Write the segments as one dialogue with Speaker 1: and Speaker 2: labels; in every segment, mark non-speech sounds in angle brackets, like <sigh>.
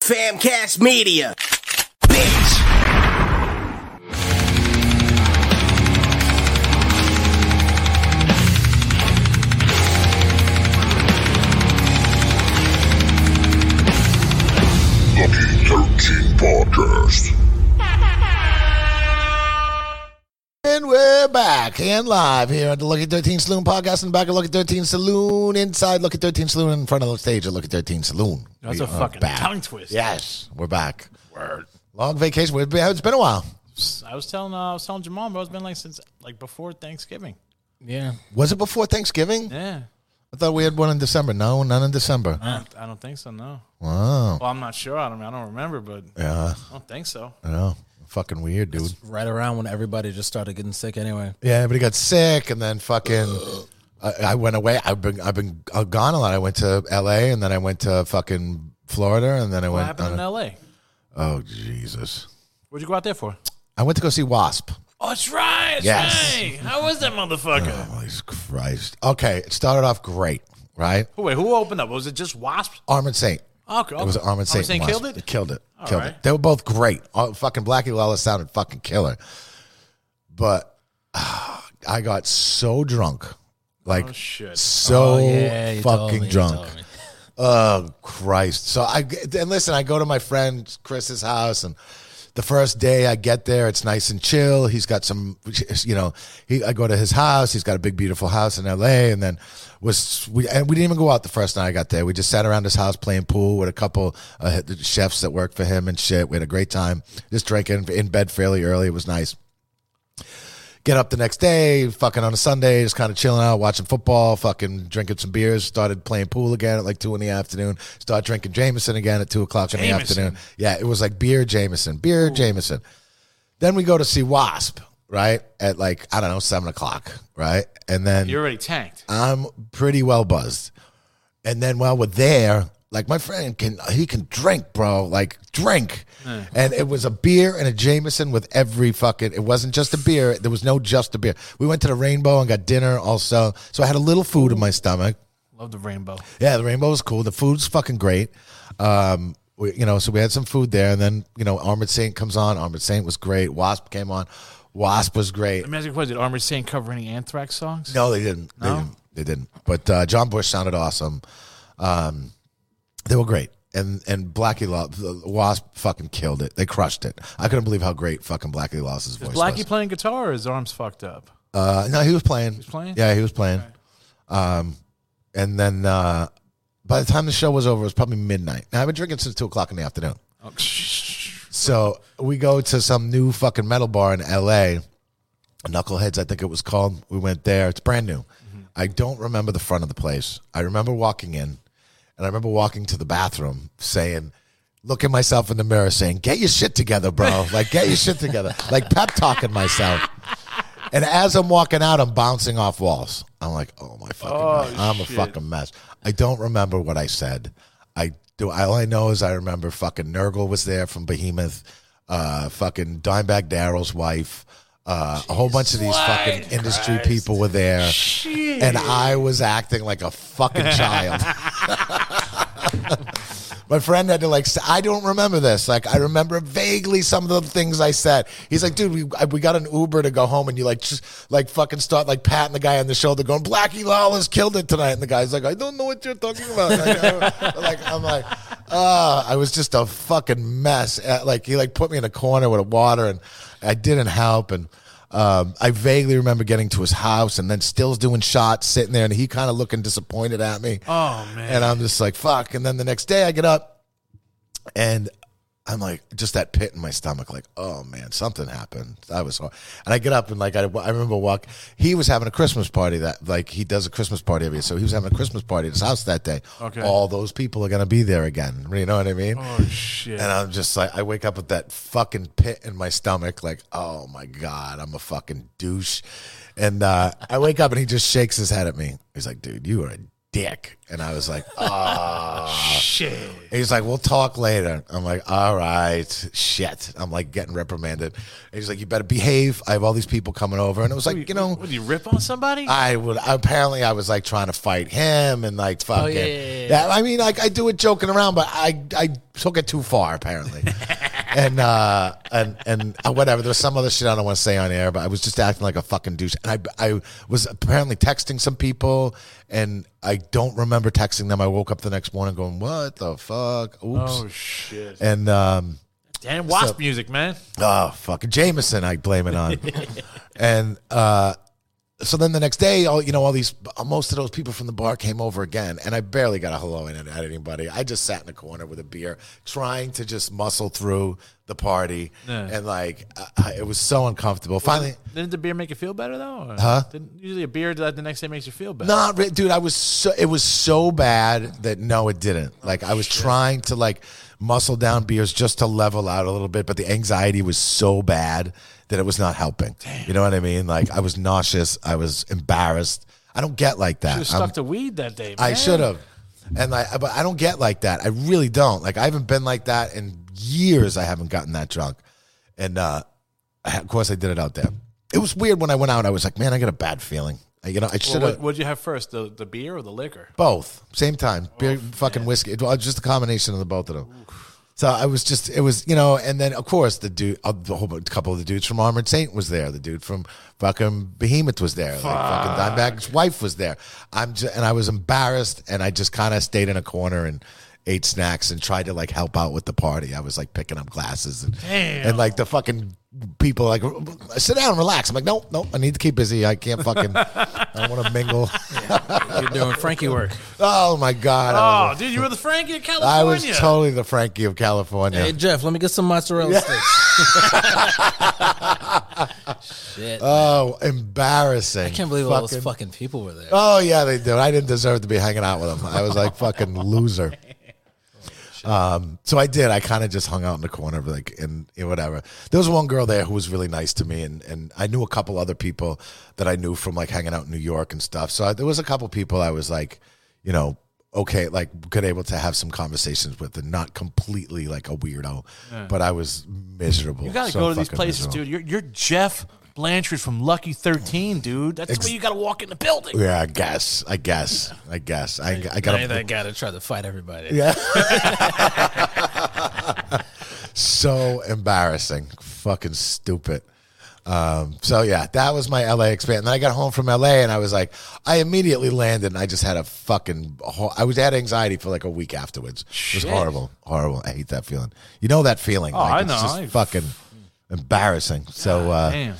Speaker 1: Famcast Media. Bitch.
Speaker 2: Lucky 13 Podcast.
Speaker 3: And we're back and live here at the Lucky 13 Saloon podcast in the back of Lucky 13 Saloon, inside Lucky 13 Saloon, in front of the stage at Lucky 13 Saloon.
Speaker 4: That's
Speaker 3: We
Speaker 4: a
Speaker 3: are
Speaker 4: fucking
Speaker 3: back.
Speaker 4: tongue twist.
Speaker 3: Yes, we're back. Word. Long vacation. It's been, it's been a while.
Speaker 4: I was telling uh, I was telling Jamal, bro, it's been like since like before Thanksgiving. Yeah.
Speaker 3: Was it before Thanksgiving?
Speaker 4: Yeah.
Speaker 3: I thought we had one in December. No, none in December.
Speaker 4: I don't, I don't think so, no.
Speaker 3: Wow.
Speaker 4: Well, I'm not sure. I don't I don't remember, but
Speaker 3: Yeah.
Speaker 4: I don't think so.
Speaker 3: Yeah. Fucking weird, dude.
Speaker 5: right around when everybody just started getting sick anyway.
Speaker 3: Yeah, everybody got sick, and then fucking, I, I went away. I've been, I've been uh, gone a lot. I went to L.A. and then I went to fucking Florida, and then I
Speaker 4: What
Speaker 3: went.
Speaker 4: happened
Speaker 3: on
Speaker 4: in
Speaker 3: a-
Speaker 4: LA?
Speaker 3: oh Jesus!
Speaker 4: What'd you go out there for?
Speaker 3: I went to go see Wasp.
Speaker 4: Oh, that's right. That's
Speaker 3: Yes.
Speaker 4: right. How was that motherfucker?
Speaker 3: Holy Christ! Okay, it started off great, right?
Speaker 4: Oh, wait, who opened up? Was it just Wasps?
Speaker 3: Armin Saint.
Speaker 4: Oh, Okay.
Speaker 3: It was Armin Saint. and Wasp.
Speaker 4: killed
Speaker 3: They
Speaker 4: it?
Speaker 3: killed it. killed
Speaker 4: right.
Speaker 3: it. They were both great. Oh, fucking Blackie Lawless sounded fucking killer, but ah, I got so drunk, like
Speaker 4: Oh, shit.
Speaker 3: so
Speaker 5: you told
Speaker 3: fucking
Speaker 5: me, you
Speaker 3: drunk.
Speaker 5: told me.
Speaker 3: Oh Christ! So I and listen. I go to my friend Chris's house, and the first day I get there, it's nice and chill. He's got some, you know. He I go to his house. He's got a big, beautiful house in L.A. And then was we and we didn't even go out the first night I got there. We just sat around his house playing pool with a couple uh, chefs that work for him and shit. We had a great time, just drinking in bed fairly early. It was nice get up the next day, fucking on a Sunday, just kind of chilling out, watching football, fucking drinking some beers. Started playing pool again at like two in the afternoon. Start drinking Jameson again at two o'clock in the
Speaker 4: Jameson.
Speaker 3: afternoon. Yeah, it was like beer Jameson, beer Jameson. Then we go to see Wasp, right? At like I don't know seven o'clock, right? And then
Speaker 4: You're already tanked.
Speaker 3: I'm pretty well buzzed. And then while we're there, like my friend can he can drink, bro, like drink. And it was a beer and a Jameson with every fucking it wasn't just a beer. There was no just a beer. We went to the Rainbow and got dinner also. So I had a little food in my stomach.
Speaker 4: Love the rainbow.
Speaker 3: Yeah, the rainbow was cool. The food's fucking great. Um, we, you know, so we had some food there, and then you know, Armored Saint comes on. Armored Saint was great. Wasp came on. Wasp was great.
Speaker 4: Let me ask you a question. Did Armored Saint cover any anthrax songs?
Speaker 3: No, they didn't. They, didn't. they didn't. But uh, John Bush sounded awesome. Um, they were great. And and Blackie Law, the Wasp fucking killed it. They crushed it. I couldn't believe how great fucking Blackie Law's voice
Speaker 4: Is Blackie
Speaker 3: was.
Speaker 4: playing guitar or his arms fucked up?
Speaker 3: uh, no, he was playing. He was
Speaker 4: playing?
Speaker 3: Yeah, he was playing. Um, and then uh, by the time the show was over, it was probably midnight. Now, I've been drinking since two o'clock in the afternoon.
Speaker 4: Oh,
Speaker 3: So we go to some new fucking metal bar in LA, Knuckleheads, I think it was called. We went there. It's brand new.
Speaker 4: Mm-hmm.
Speaker 3: I don't remember the front of the place. I remember walking in and I remember walking to the bathroom saying, looking myself in the mirror saying, get your shit together, bro. Like, get your shit together. Like pep talking myself. And as I'm walking out, I'm bouncing off walls. I'm like, oh my fucking God. I'm a fucking mess. I don't remember what I said. I do. All I know is I remember fucking Nurgle was there from Behemoth, uh, fucking Dimebag Daryl's wife. Uh, a whole bunch of these fucking industry people were there, and I was acting like a fucking child. My friend had to like. s- I don't remember this. Like I remember vaguely some of the things I said. He's like, dude, we I- we got an Uber to go home, and you like just like fucking start like patting the guy on the shoulder, going, Blackie Lawless killed it tonight, and the guy's like, I don't know what you're talking about. Like, <laughs> I, like, I'm like, uh, I was just a fucking mess. Uh, Like he like put me in a corner with a water, and I didn't help, and. Um, I vaguely remember getting to his house and then Stills doing shots, sitting there, and he kind of looking disappointed at me.
Speaker 4: Oh, man.
Speaker 3: And I'm just like, fuck. And then the next day I get up and I'm like, just that pit in my stomach, like, oh man, something happened. I was, hor- and I get up and like, I, I remember walk, he was having a Christmas party that, like, he does a Christmas party every year. So he was having a Christmas party at his house that day.
Speaker 4: Okay.
Speaker 3: All those people are going to be there again. You know what I mean?
Speaker 4: Oh, shit.
Speaker 3: And I'm just like, I wake up with that fucking pit in my stomach, like, oh my God, I'm a fucking douche. And uh, I wake up and he just shakes his head at me. He's like, dude, you are a dick. And I was like, <laughs> ah.
Speaker 4: Shit.
Speaker 3: He's like, we'll talk later. I'm like, all right, shit. I'm like getting reprimanded. He's like, you better behave. I have all these people coming over. And it was like, you know,
Speaker 4: Would you rip on somebody?
Speaker 3: I would apparently I was like trying to fight him and like fucking
Speaker 4: Oh, yeah, yeah,
Speaker 3: I mean like I do it joking around, but I I took it too far
Speaker 4: <laughs>
Speaker 3: apparently. and uh and and uh, whatever. There's some other shit I don't want to say on air, but I was just acting like a fucking douche. And I I was apparently texting some people and I don't remember texting them. I woke up the next morning going, What the fuck? Oops.
Speaker 4: oh shit.
Speaker 3: and um
Speaker 4: Damn wasp music, man.
Speaker 3: Oh fuck, Jameson! I blame it on, and uh, so then the next day, all you know, all these most of those people from the bar came over again, and I barely got a hello in at anybody. I just sat in a corner with a beer, trying to just muscle through the party,
Speaker 4: Yeah.
Speaker 3: and like I, it was so uncomfortable. Finally,
Speaker 4: Didn't the beer make you feel better though? Huh? Didn't, usually a beer that the next day makes you feel better.
Speaker 3: Not, re- dude. I was so it was so bad that no, it
Speaker 4: Oh,
Speaker 3: didn't. Like I was trying to like muscle down beers just to level out a little bit, but the anxiety was so bad that it was not helping. You know what I mean? Like I was nauseous. I was embarrassed. I don't get like that.
Speaker 4: You were
Speaker 3: I'm-
Speaker 4: stuck to weed that day.
Speaker 3: I
Speaker 4: man.
Speaker 3: should have. And like, but I don't get like that. I really don't. Like, I haven't been like that in years. I haven't gotten that drunk. And uh, of course, I did it out there. It was weird when I went out. I was like, man, I got a bad feeling. I, you know, I
Speaker 4: Well,
Speaker 3: should have.
Speaker 4: what, what'd you have first, the the beer or the liquor?
Speaker 3: Both. Same time. Beer, fucking whiskey. It was just a combination of the both of them. So I was just, it was, you know, and then of course the dude, uh, the whole bu- couple of the dudes from Armored Saint was there. The dude from fucking Behemoth was there. Like fucking Dimebag's wife was there. I'm just, and I was embarrassed and I just kind of stayed in a corner and ate snacks and tried to like help out with the party. I was like picking up glasses and, and like the fucking people like sit down, relax. I'm like, no, no, I need to keep busy. I can't fucking, I don't want to mingle. <laughs>
Speaker 5: You're doing Frankie work.
Speaker 3: Oh my god. I was
Speaker 4: Oh, dude, you were the Frankie of California.
Speaker 3: I was totally the Frankie of California.
Speaker 5: <laughs> Hey Jeff, let me get some mozzarella sticks. Shit.
Speaker 3: oh, embarrassing!
Speaker 5: I can't believe all those fucking people were there.
Speaker 3: Oh yeah, they do. I didn't deserve to be hanging out with them. I was like fucking
Speaker 4: <laughs>
Speaker 3: loser. Um, so I did. I kind of just hung out in the corner, like and and whatever. There was one girl there who was really nice to me, and and I knew a couple other people that I knew from like hanging out in New York and stuff. So I, there was a couple people I was like, you know, okay, like good able to have some conversations with, and not completely like a weirdo. But I was miserable.
Speaker 4: You gotta
Speaker 3: So
Speaker 4: go to these
Speaker 3: fucking
Speaker 4: places,
Speaker 3: miserable.
Speaker 4: dude. You're, you're Jeff Blanchard from Lucky Thirteen, dude. That's where you gotta walk in the building.
Speaker 3: Yeah, I guess. I guess. I guess. I, I
Speaker 5: I
Speaker 3: got
Speaker 5: that guy to try to fight everybody.
Speaker 4: <laughs>
Speaker 3: so embarrassing, fucking stupid. Um, so yeah, that was my LA experience. And then I got home from LA, and I was like, I immediately landed, and I just had a fucking. ho- I was had anxiety for like a week afterwards. It was horrible, horrible. I hate that feeling. You know that feeling? like,
Speaker 4: Oh, I
Speaker 3: it's
Speaker 4: know.
Speaker 3: Just
Speaker 4: I-
Speaker 3: fucking embarrassing. So uh,
Speaker 4: Damn.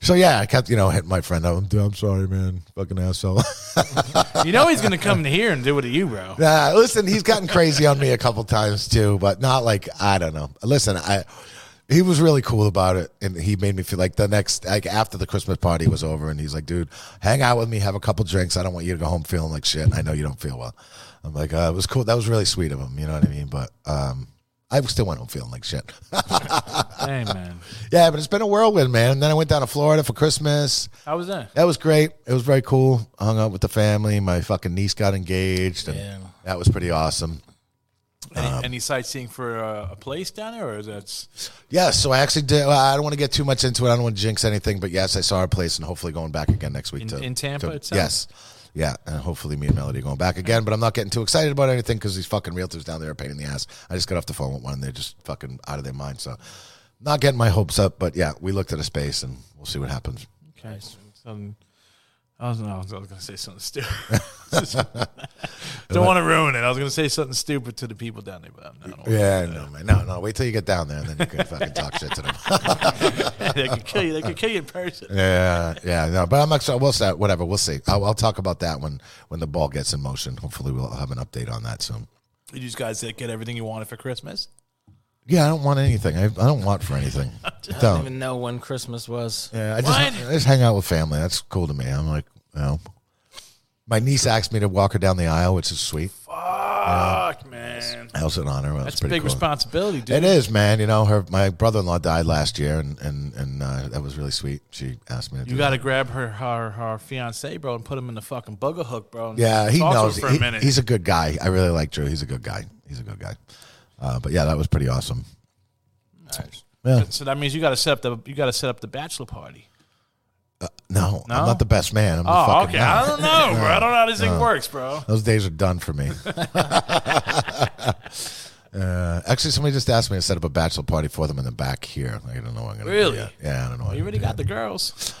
Speaker 3: so yeah, I kept you know hitting my friend up. I'm, I'm sorry, man, fucking asshole. <laughs>
Speaker 4: You know he's gonna come to here and do it to you, bro.
Speaker 3: Nah, listen, he's gotten crazy on me a couple times too, but not like I don't know. Listen, I he was really cool about it, and he made me feel like the next like after the Christmas party was over, and he's like, "Dude, hang out with me, have a couple drinks. I don't want you to go home feeling like shit. I know you don't feel well." I'm like, uh, "It was cool. That was really sweet of him. You know what I mean?" But um, I still went home feeling like shit. <laughs>
Speaker 4: Hey, man.
Speaker 3: yeah, but it's been a whirlwind, man. And then I went down to Florida for Christmas.
Speaker 4: How was that?
Speaker 3: That was great. It was very cool. I hung out with the family. My fucking niece got engaged, and
Speaker 5: Yeah.
Speaker 3: that was pretty awesome.
Speaker 4: Any,
Speaker 3: Um,
Speaker 4: any sightseeing for uh, a place down there, or is that?
Speaker 3: Yeah, so I actually did. Well, I don't want to get too much into it. I don't want to jinx anything, but yes, I saw our place and hopefully going back again next week.
Speaker 4: In-
Speaker 3: to,
Speaker 4: in Tampa
Speaker 3: to-
Speaker 4: itself?
Speaker 3: Yes. Yeah, and hopefully me and Melody are going back again, but I'm not getting too excited about anything because these fucking realtors down there are a pain in the ass. I just got off the phone with one and they're just fucking out of their mind. So, not getting my hopes up, but yeah, we looked at a space and we'll see what happens.
Speaker 4: Okay. Some, I was, no, I was going to say something stupid.
Speaker 3: <laughs>
Speaker 4: <laughs> Don't want to ruin it. I was going to say something stupid to the people down there, but I'm not. I don't wanna
Speaker 3: Yeah, no, man. No, no, wait till you get down there and then you can fucking talk shit to them. <laughs>
Speaker 4: <laughs> they could kill you. They could kill you in person.
Speaker 3: Yeah, yeah, no, but I'm excited. We'll see. Whatever, we'll see. I'll, I'll talk about that when when the ball gets in motion. Hopefully, we'll have an update on that soon.
Speaker 4: Did you guys uh, get everything you wanted for Christmas?
Speaker 3: Yeah, I don't want anything. I, I don't want for
Speaker 4: <laughs>
Speaker 3: anything. I
Speaker 5: I don't
Speaker 3: don't.
Speaker 5: even know when Christmas was.
Speaker 3: Yeah, I just,
Speaker 4: What?
Speaker 3: I just hang out with family. That's cool to me. I'm like, you know. My niece asked me to walk her down the aisle, which is sweet.
Speaker 4: Fuck, man. man.
Speaker 3: That was an honor. That was
Speaker 4: That's a
Speaker 3: pretty
Speaker 4: big
Speaker 3: cool.
Speaker 4: responsibility, dude.
Speaker 3: It is, man. You know, her my brother in law died last year, and and and uh, that was really sweet. She asked me to. do
Speaker 4: You got to grab her, her, her fiance, bro, and put him in the fucking bugger hook, bro. and
Speaker 3: that. Yeah, he
Speaker 4: talk to her
Speaker 3: knows.
Speaker 4: for
Speaker 3: He-
Speaker 4: a minute.
Speaker 3: he's a good guy. I really like Drew. He's a good guy. He's a good guy. Uh, but yeah, that was pretty awesome. Yeah.
Speaker 4: so that means you got to set up the you got to set up the bachelor party.
Speaker 3: No,
Speaker 4: No?
Speaker 3: I'm not the best man. I'm the
Speaker 4: Oh,
Speaker 3: fucking
Speaker 4: okay.
Speaker 3: man.
Speaker 4: I don't know, bro. I don't know how this thing works, bro.
Speaker 3: Those days are done for me. <laughs> uh, actually, somebody just asked me to set up a bachelor party for them in the back here. I don't know what I'm gonna do
Speaker 4: Really?
Speaker 3: yet. Yeah, I don't know. what I'm
Speaker 4: You already
Speaker 3: gonna do yet.
Speaker 4: got the girls.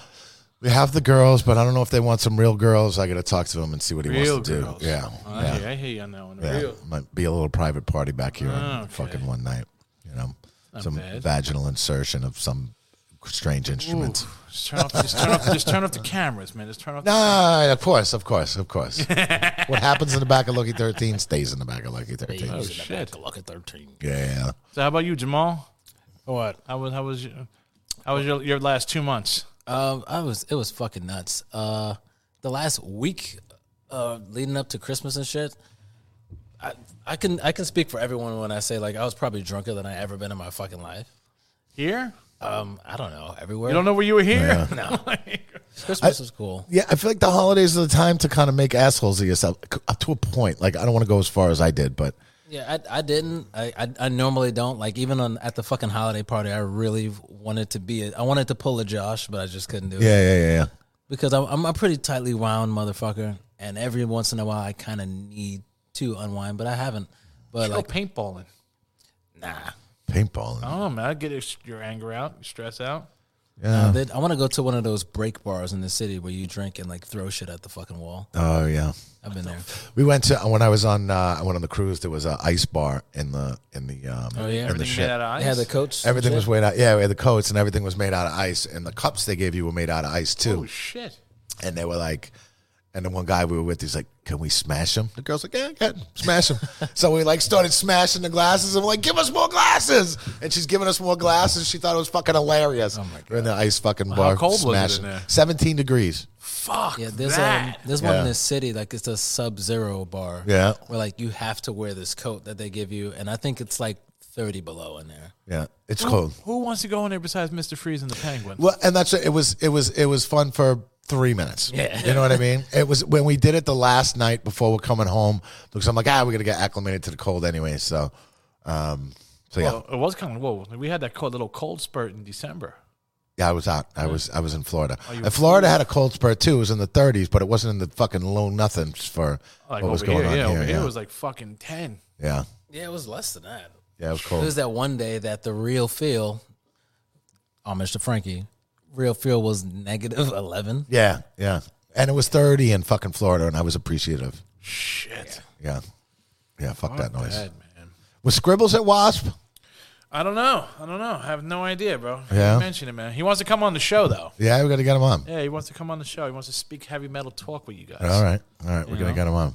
Speaker 3: We have the girls, but I don't know if they want some real girls. I got to talk to him and see what he
Speaker 4: Real
Speaker 3: wants to
Speaker 4: girls.
Speaker 3: do. Yeah,
Speaker 4: Oh,
Speaker 3: yeah,
Speaker 4: yeah, I hear you on that one.
Speaker 3: yeah.
Speaker 4: Real. Oh,
Speaker 3: Might be a little private party back here, on
Speaker 4: Okay.
Speaker 3: fucking one night. You know, some
Speaker 4: bad.
Speaker 3: vaginal insertion of some strange
Speaker 4: Ooh,
Speaker 3: instruments.
Speaker 4: just turn off, just turn off, just turn off the cameras, man. Just turn off. The,
Speaker 3: Ah, of course, of course, of course.
Speaker 4: <laughs>
Speaker 3: what happens in the back of Lucky Thirteen stays in the back of Lucky Thirteen.
Speaker 4: oh
Speaker 3: Yeah,
Speaker 4: shit!
Speaker 5: Look at 13.
Speaker 3: yeah.
Speaker 4: So how about you, Jamal?
Speaker 5: What?
Speaker 4: How was how was you, how was your, your last two months?
Speaker 5: Um, I was it was fucking nuts. Uh, the last week, uh, leading up to Christmas and shit, I I can I can speak for everyone when I say like I was probably drunker than I ever been in my fucking life.
Speaker 4: Here?
Speaker 5: Um, I don't know everywhere.
Speaker 4: You don't know where you were here?
Speaker 5: No. Christmas was cool.
Speaker 3: Yeah, I feel like the holidays are the time to kind of make assholes of yourself c- up to a point. Like I don't want to go as far as I did, but
Speaker 5: Yeah, I, I didn't. I, I I normally don't. Like even on at the fucking holiday party, I really wanted to be. A, I wanted to pull a Josh, but I just couldn't do it.
Speaker 3: yeah, yeah, yeah. yeah.
Speaker 5: because I'm, I'm a pretty tightly wound motherfucker, and every once in a while I kind of need to unwind, but I haven't. But
Speaker 4: Go
Speaker 5: like,
Speaker 4: paintballing.
Speaker 5: nah,
Speaker 3: Paintballing.
Speaker 4: Oh man, I get it- your anger out, your stress out.
Speaker 5: Nah, they- I want to go to one of those break bars in the city where you drink and like throw shit at the fucking wall.
Speaker 3: Oh yeah.
Speaker 5: I've been there.
Speaker 3: We went to when I was on uh, I went on the cruise. There was an ice bar in the in the um,
Speaker 5: Oh, yeah.
Speaker 3: in the
Speaker 5: Everything
Speaker 4: Made
Speaker 3: ship.
Speaker 4: out of ice.
Speaker 5: They had the coach. and
Speaker 3: Everything
Speaker 5: shit.
Speaker 3: was made out. Yeah, we had the coats and everything was made out of ice, and the cups they gave you were made out of ice too.
Speaker 4: oh shit!
Speaker 3: and they were like, and the one guy we were with, he's like, "Can we smash him?" The girl's like, "Yeah, yeah smash him." so we like started smashing the glasses, and we're like, "Give us more glasses!" And she's giving us more glasses. She thought it was fucking hilarious. Oh my god! We're in the ice fucking bar.
Speaker 4: cold was it in
Speaker 3: smashing.
Speaker 4: there?
Speaker 3: Seventeen degrees.
Speaker 4: Fuck
Speaker 5: Yeah, there's um,
Speaker 4: that.
Speaker 5: there's one
Speaker 3: Yeah.
Speaker 5: in this city like it's a sub zero bar.
Speaker 3: Yeah.
Speaker 5: where like you have to wear this coat that they give you, and I think it's like thirty below in there.
Speaker 3: Yeah, it's cold.
Speaker 4: Who wants to go in there besides Mister Freeze and the Penguin?
Speaker 3: Well, and that's it. It was it was it was fun for three minutes. Yeah, you know what I mean. It was when we did it the last night before we're coming home because I'm like, ah, we're gonna get acclimated to the cold anyway. So, um, so yeah,
Speaker 4: Well, it was kind of whoa. We had that cold, little cold spurt in December.
Speaker 3: yeah, I was out. I was I was in
Speaker 4: Oh,
Speaker 3: Florida. And Florida had a cold spurt too. It was in the 30s, but it wasn't in the fucking low nothings for
Speaker 4: Oh, Like
Speaker 3: what was
Speaker 4: over
Speaker 3: going
Speaker 4: here,
Speaker 3: on
Speaker 4: yeah,
Speaker 3: here.
Speaker 4: over
Speaker 3: yeah.
Speaker 4: here it was like fucking ten.
Speaker 3: yeah,
Speaker 5: Yeah, it was less than that.
Speaker 3: yeah, it was
Speaker 5: It was
Speaker 3: cold.
Speaker 5: that one day that the real feel, homage to Frankie, real feel was negative <laughs> 11.
Speaker 3: Yeah, yeah, and it was 30 in fucking Florida, and I was appreciative.
Speaker 4: Shit,
Speaker 3: Yeah, yeah, fuck that noise.
Speaker 4: bad man.
Speaker 3: Was Scribbles at Wasp?
Speaker 4: I don't know. I don't know. I have no idea, bro.
Speaker 3: Yeah.
Speaker 4: You mentioned it, man. He wants to come on the show though.
Speaker 3: Yeah, we got to get him on.
Speaker 4: Yeah, he wants to come on the show. He wants to speak heavy metal talk with you guys.
Speaker 3: All right, all right, we're gonna get him on.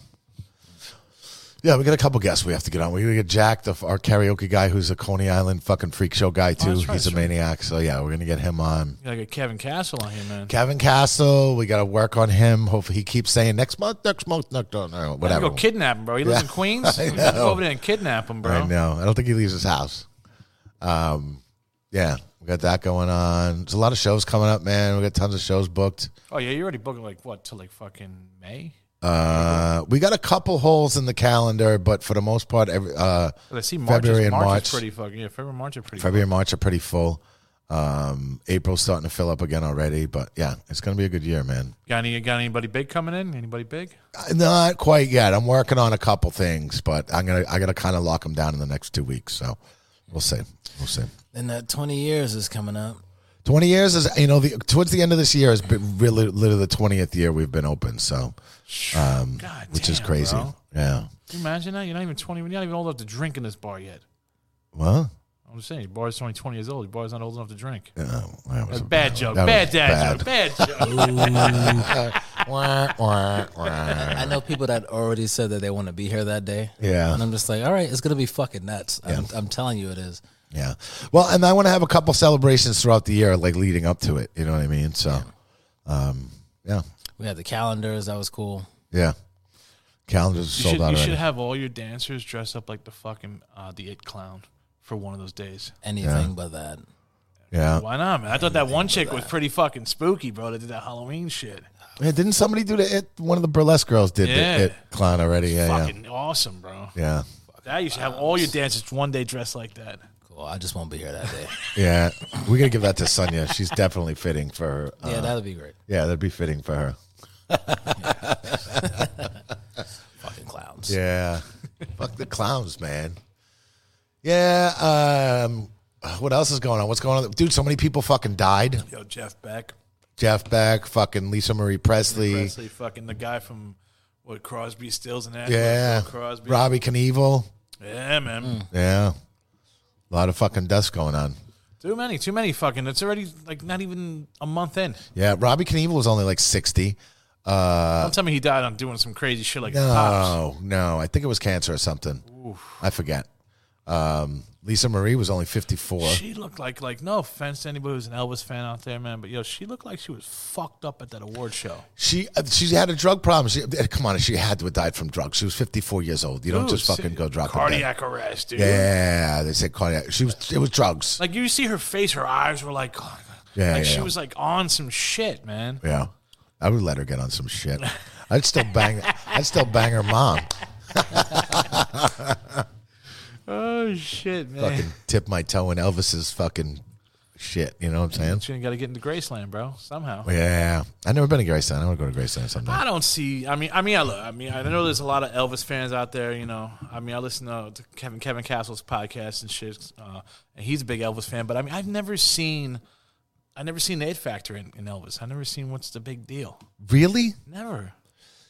Speaker 3: Yeah, we got a couple guests we have to get on. We gotta get Jack, the, our karaoke guy, who's a Coney Island fucking freak show guy too.
Speaker 4: Oh, that's right,
Speaker 3: He's a
Speaker 4: that's right.
Speaker 3: maniac, so yeah, we're gonna get him on.
Speaker 4: You gotta get Kevin Castle on here, man.
Speaker 3: Kevin Castle, we gotta work on him. Hopefully, he keeps saying next month, next month, next month, no,
Speaker 4: You
Speaker 3: whatever.
Speaker 4: go kidnap him, bro. He
Speaker 3: <laughs>
Speaker 4: lives in Queens. You just Go over there and kidnap him, bro.
Speaker 3: I know. I don't think he leaves his house. Um, yeah, we got that going on. There's a lot of shows coming up, man. We got tons of shows booked.
Speaker 4: Oh yeah, you already booked like what till like fucking May?
Speaker 3: Uh, we got a couple holes in the calendar, but for the most part, every uh,
Speaker 4: 'Cause I see March.
Speaker 3: February
Speaker 4: is,
Speaker 3: and
Speaker 4: March,
Speaker 3: March.
Speaker 4: is pretty fucking yeah. February and March are pretty.
Speaker 3: February and March are pretty full. Um, April's starting to fill up again already, but yeah, it's gonna be a good year, man.
Speaker 4: Got any? Got anybody big coming in? Anybody big?
Speaker 3: Uh, Not quite yet. I'm working on a couple things, but I'm gonna I gotta kind of lock them down in the next two weeks. So we'll see. We'll see.
Speaker 5: And that 20 years is coming up.
Speaker 3: 20 years is you know the towards the end of this year has been really literally the 20th year we've been open so um
Speaker 4: God
Speaker 3: which is
Speaker 4: damn,
Speaker 3: crazy
Speaker 4: bro.
Speaker 3: yeah
Speaker 4: Can you imagine that? You're not even 20. You're not even old enough to drink in this bar yet.
Speaker 3: well
Speaker 4: I'm just saying, your bar's only 20 years old. Your bar's not old enough to drink.
Speaker 3: uh, that was a
Speaker 4: Bad joke.
Speaker 3: that was
Speaker 4: Bad dad joke. Bad
Speaker 3: <laughs>
Speaker 4: joke.
Speaker 3: Wah, wah, wah.
Speaker 5: I know people that already said that they want to be here that day.
Speaker 3: Yeah.
Speaker 5: And I'm just like, all right, it's going to be fucking nuts. I'm, I'm telling you, it is.
Speaker 3: yeah well and i want to have a couple celebrations throughout the year like leading up to it you know what i mean so um yeah
Speaker 5: We had the calendars. That was cool.
Speaker 3: yeah Calendars are
Speaker 4: You
Speaker 3: sold
Speaker 4: should,
Speaker 3: out
Speaker 4: you
Speaker 3: already.
Speaker 4: should have all your dancers dressed up like the fucking uh, the it clown for one of those days.
Speaker 5: Anything but that.
Speaker 3: Uh, yeah.
Speaker 4: Why not, man? I thought that one chick was pretty fucking spooky, bro. That did that Halloween shit.
Speaker 3: Yeah, didn't somebody do the it? One of the burlesque girls did
Speaker 4: Yeah.
Speaker 3: the it clown already. Yeah, yeah,
Speaker 4: Fucking awesome, bro.
Speaker 3: yeah,
Speaker 4: That you should have all your dancers one day dressed like that.
Speaker 5: Cool. I just won't be here that day.
Speaker 3: yeah. We gotta give that to Sonia. She's definitely fitting for her. Uh,
Speaker 5: yeah, that'd be great.
Speaker 3: yeah, that'd be fitting for her.
Speaker 5: Fucking clowns.
Speaker 3: Yeah, fuck the clowns, man. Yeah. Um. What else is going on? What's going on, dude? So many people fucking died.
Speaker 4: Yo, Jeff Beck,
Speaker 3: Jeff Beck, fucking Lisa Marie Presley.
Speaker 4: Presley, fucking the guy from what Crosby, Stills, and Nash.
Speaker 3: Yeah, Mm.
Speaker 4: Crosby.
Speaker 3: Robbie Knievel.
Speaker 4: Yeah, man.
Speaker 3: Yeah, a lot of fucking deaths going on.
Speaker 4: Too many, too many. Fucking. It's already like not even a month in.
Speaker 3: Yeah, Robbie Knievel was only like sixty.
Speaker 4: Don't tell me he died on doing some crazy shit like the pops.
Speaker 3: Uh, No, no. I think it was cancer or something. I forget. Um, Lisa Marie was only 54.
Speaker 4: She looked like like no offense to anybody who's an Elvis fan out there, man, but yo, she looked like she was fucked up at that award show.
Speaker 3: She uh, she had a drug problem. She, uh, come on, she had to have died from drugs. She was 54 years old. You don't
Speaker 4: Dude,
Speaker 3: just fucking
Speaker 4: see-
Speaker 3: go drop It
Speaker 4: cardiac arrest, dude.
Speaker 3: yeah, they said cardiac. She was it was drugs.
Speaker 4: Like you see her face, her eyes were like, oh,
Speaker 3: Yeah,
Speaker 4: like she
Speaker 3: yeah.
Speaker 4: was like on some shit, man.
Speaker 3: yeah, I would let her get on some
Speaker 4: <laughs>
Speaker 3: shit. I'd still bang. I'd still bang her mom.
Speaker 4: Oh shit, man. <laughs>
Speaker 3: Fucking tip my toe in Elvis's fucking shit. You know what I'm saying?
Speaker 4: She got to get into Graceland, bro. Somehow.
Speaker 3: Yeah, I've never been to Graceland. I want to go to Graceland someday.
Speaker 4: I don't see. I mean, I mean, I look. I mean, I know there's a lot of Elvis fans out there. You know, I mean, I listen to to Kevin Kevin Castle's podcast and shit, uh, and he's a big Elvis fan. But I mean, I've never seen, I never seen the It Factor in, in Elvis. I never seen what's the big deal.
Speaker 3: Really,
Speaker 4: Never.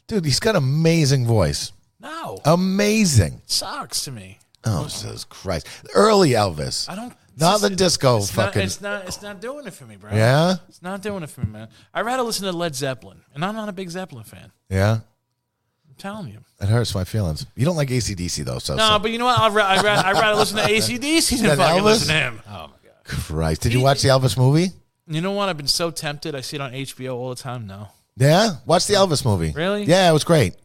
Speaker 3: dude? He's got an amazing voice.
Speaker 4: No,
Speaker 3: Amazing.
Speaker 4: it sucks to me.
Speaker 3: Oh, Jesus Christ. Early Elvis.
Speaker 4: I don't.
Speaker 3: Not the
Speaker 4: it's-
Speaker 3: disco
Speaker 4: it's
Speaker 3: fucking.
Speaker 4: Not, it's not. It's not doing it for me, bro.
Speaker 3: yeah?
Speaker 4: It's not doing it for me, man. I'd rather listen to Led Zeppelin, and I'm not a big Zeppelin fan.
Speaker 3: Yeah.
Speaker 4: I'm telling you.
Speaker 3: It hurts my feelings. You don't like ACDC, though. So,
Speaker 4: No,
Speaker 3: so-
Speaker 4: but you know what? I'd, ra- I'd, ra- I'd
Speaker 3: <laughs>
Speaker 4: rather listen to ACDC than
Speaker 3: Than
Speaker 4: fucking
Speaker 3: Elvis?
Speaker 4: listen to him.
Speaker 3: Oh. Christ. Did you watch the Elvis movie?
Speaker 4: You know what? I've been so tempted. I see it on HBO all the time now.
Speaker 3: Yeah? Watch the Elvis movie.
Speaker 4: Really?
Speaker 3: Yeah, it was great.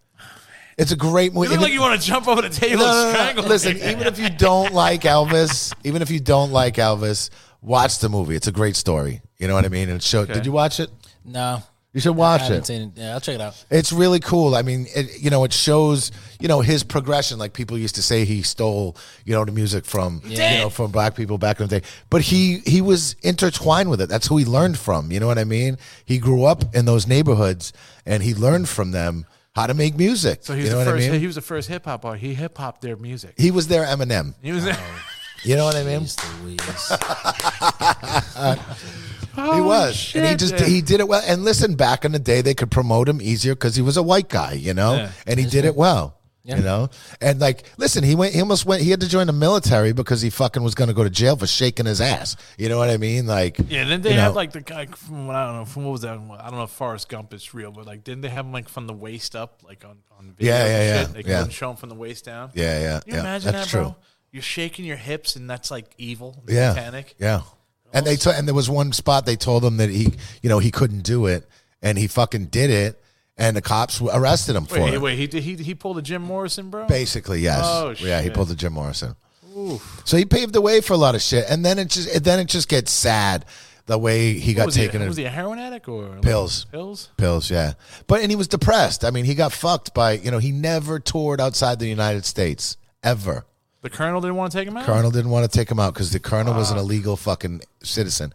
Speaker 3: It's a great movie.
Speaker 4: You look
Speaker 3: Even-
Speaker 4: like you want to jump over the table
Speaker 3: No, no, no, no.
Speaker 4: and strangle me.
Speaker 3: Listen, even if you don't like Elvis, even if you don't like Elvis, watch the movie. It's a great story. You know what I mean? And show. Did you watch it?
Speaker 5: No.
Speaker 3: You should
Speaker 5: I
Speaker 3: watch
Speaker 5: haven't
Speaker 3: it.
Speaker 5: seen it. Yeah, I'll check it out.
Speaker 3: It's really cool. I mean, it, you know, it shows you know his progression. Like people used to say, he stole you know the music from you know from black people back in the day. But he he was intertwined with it. That's who he learned from. You know what I mean? He grew up in those neighborhoods and he learned from them how to make music.
Speaker 4: So he
Speaker 3: you
Speaker 4: was
Speaker 3: know
Speaker 4: the
Speaker 3: what
Speaker 4: first.
Speaker 3: I mean?
Speaker 4: He was the first hip hop artist. He hip hopped their music.
Speaker 3: He was their Eminem.
Speaker 4: He was.
Speaker 3: You know what I mean?
Speaker 5: Jeez Louise.
Speaker 3: He was, and he
Speaker 4: shit,
Speaker 3: just
Speaker 4: dude.
Speaker 3: he did it well. And listen, back in the day, they could promote him easier because he was a white guy, you know, and he did it well, you know. And like, listen, he went, he almost went, he had to join the military because he fucking was going to go to jail for shaking his ass. You know what I mean? Like,
Speaker 4: <laughs> yeah. Then they
Speaker 3: you
Speaker 4: have
Speaker 3: know,
Speaker 4: like the guy from what I don't know from what was that? I don't know if Forrest Gump is real, but like didn't they have him like from the waist up, like on on video?
Speaker 3: Yeah,
Speaker 4: and
Speaker 3: yeah,
Speaker 4: shit?
Speaker 3: yeah,
Speaker 4: They
Speaker 3: yeah.
Speaker 4: couldn't show him from the waist down.
Speaker 3: yeah, yeah,
Speaker 4: Can you
Speaker 3: yeah,
Speaker 4: imagine
Speaker 3: that's
Speaker 4: that,
Speaker 3: true.
Speaker 4: bro? You're shaking your hips, and that's like evil.
Speaker 3: Yeah,
Speaker 4: Satanic.
Speaker 3: yeah. And they t- and there was one spot they told him that he, you know, he couldn't do it, and he fucking did it, and the cops arrested him for
Speaker 4: Wait,
Speaker 3: it.
Speaker 4: wait. He did. He he pulled a Jim Morrison, bro.
Speaker 3: Basically, yes.
Speaker 4: Oh,
Speaker 3: Yeah, he
Speaker 4: shit.
Speaker 3: pulled the Jim Morrison. So he paved the way for a lot of shit, and then it just and then it just gets sad the way he got
Speaker 4: was he,
Speaker 3: taken
Speaker 4: was
Speaker 3: in
Speaker 4: he a heroin addict or like,
Speaker 3: Pills.
Speaker 4: Pills.
Speaker 3: pills. Yeah, but and he was depressed. I mean, he got fucked by you know he never toured outside the United States ever.
Speaker 4: The colonel didn't want to take him out.
Speaker 3: Colonel didn't want to take him out because the colonel was an illegal fucking citizen,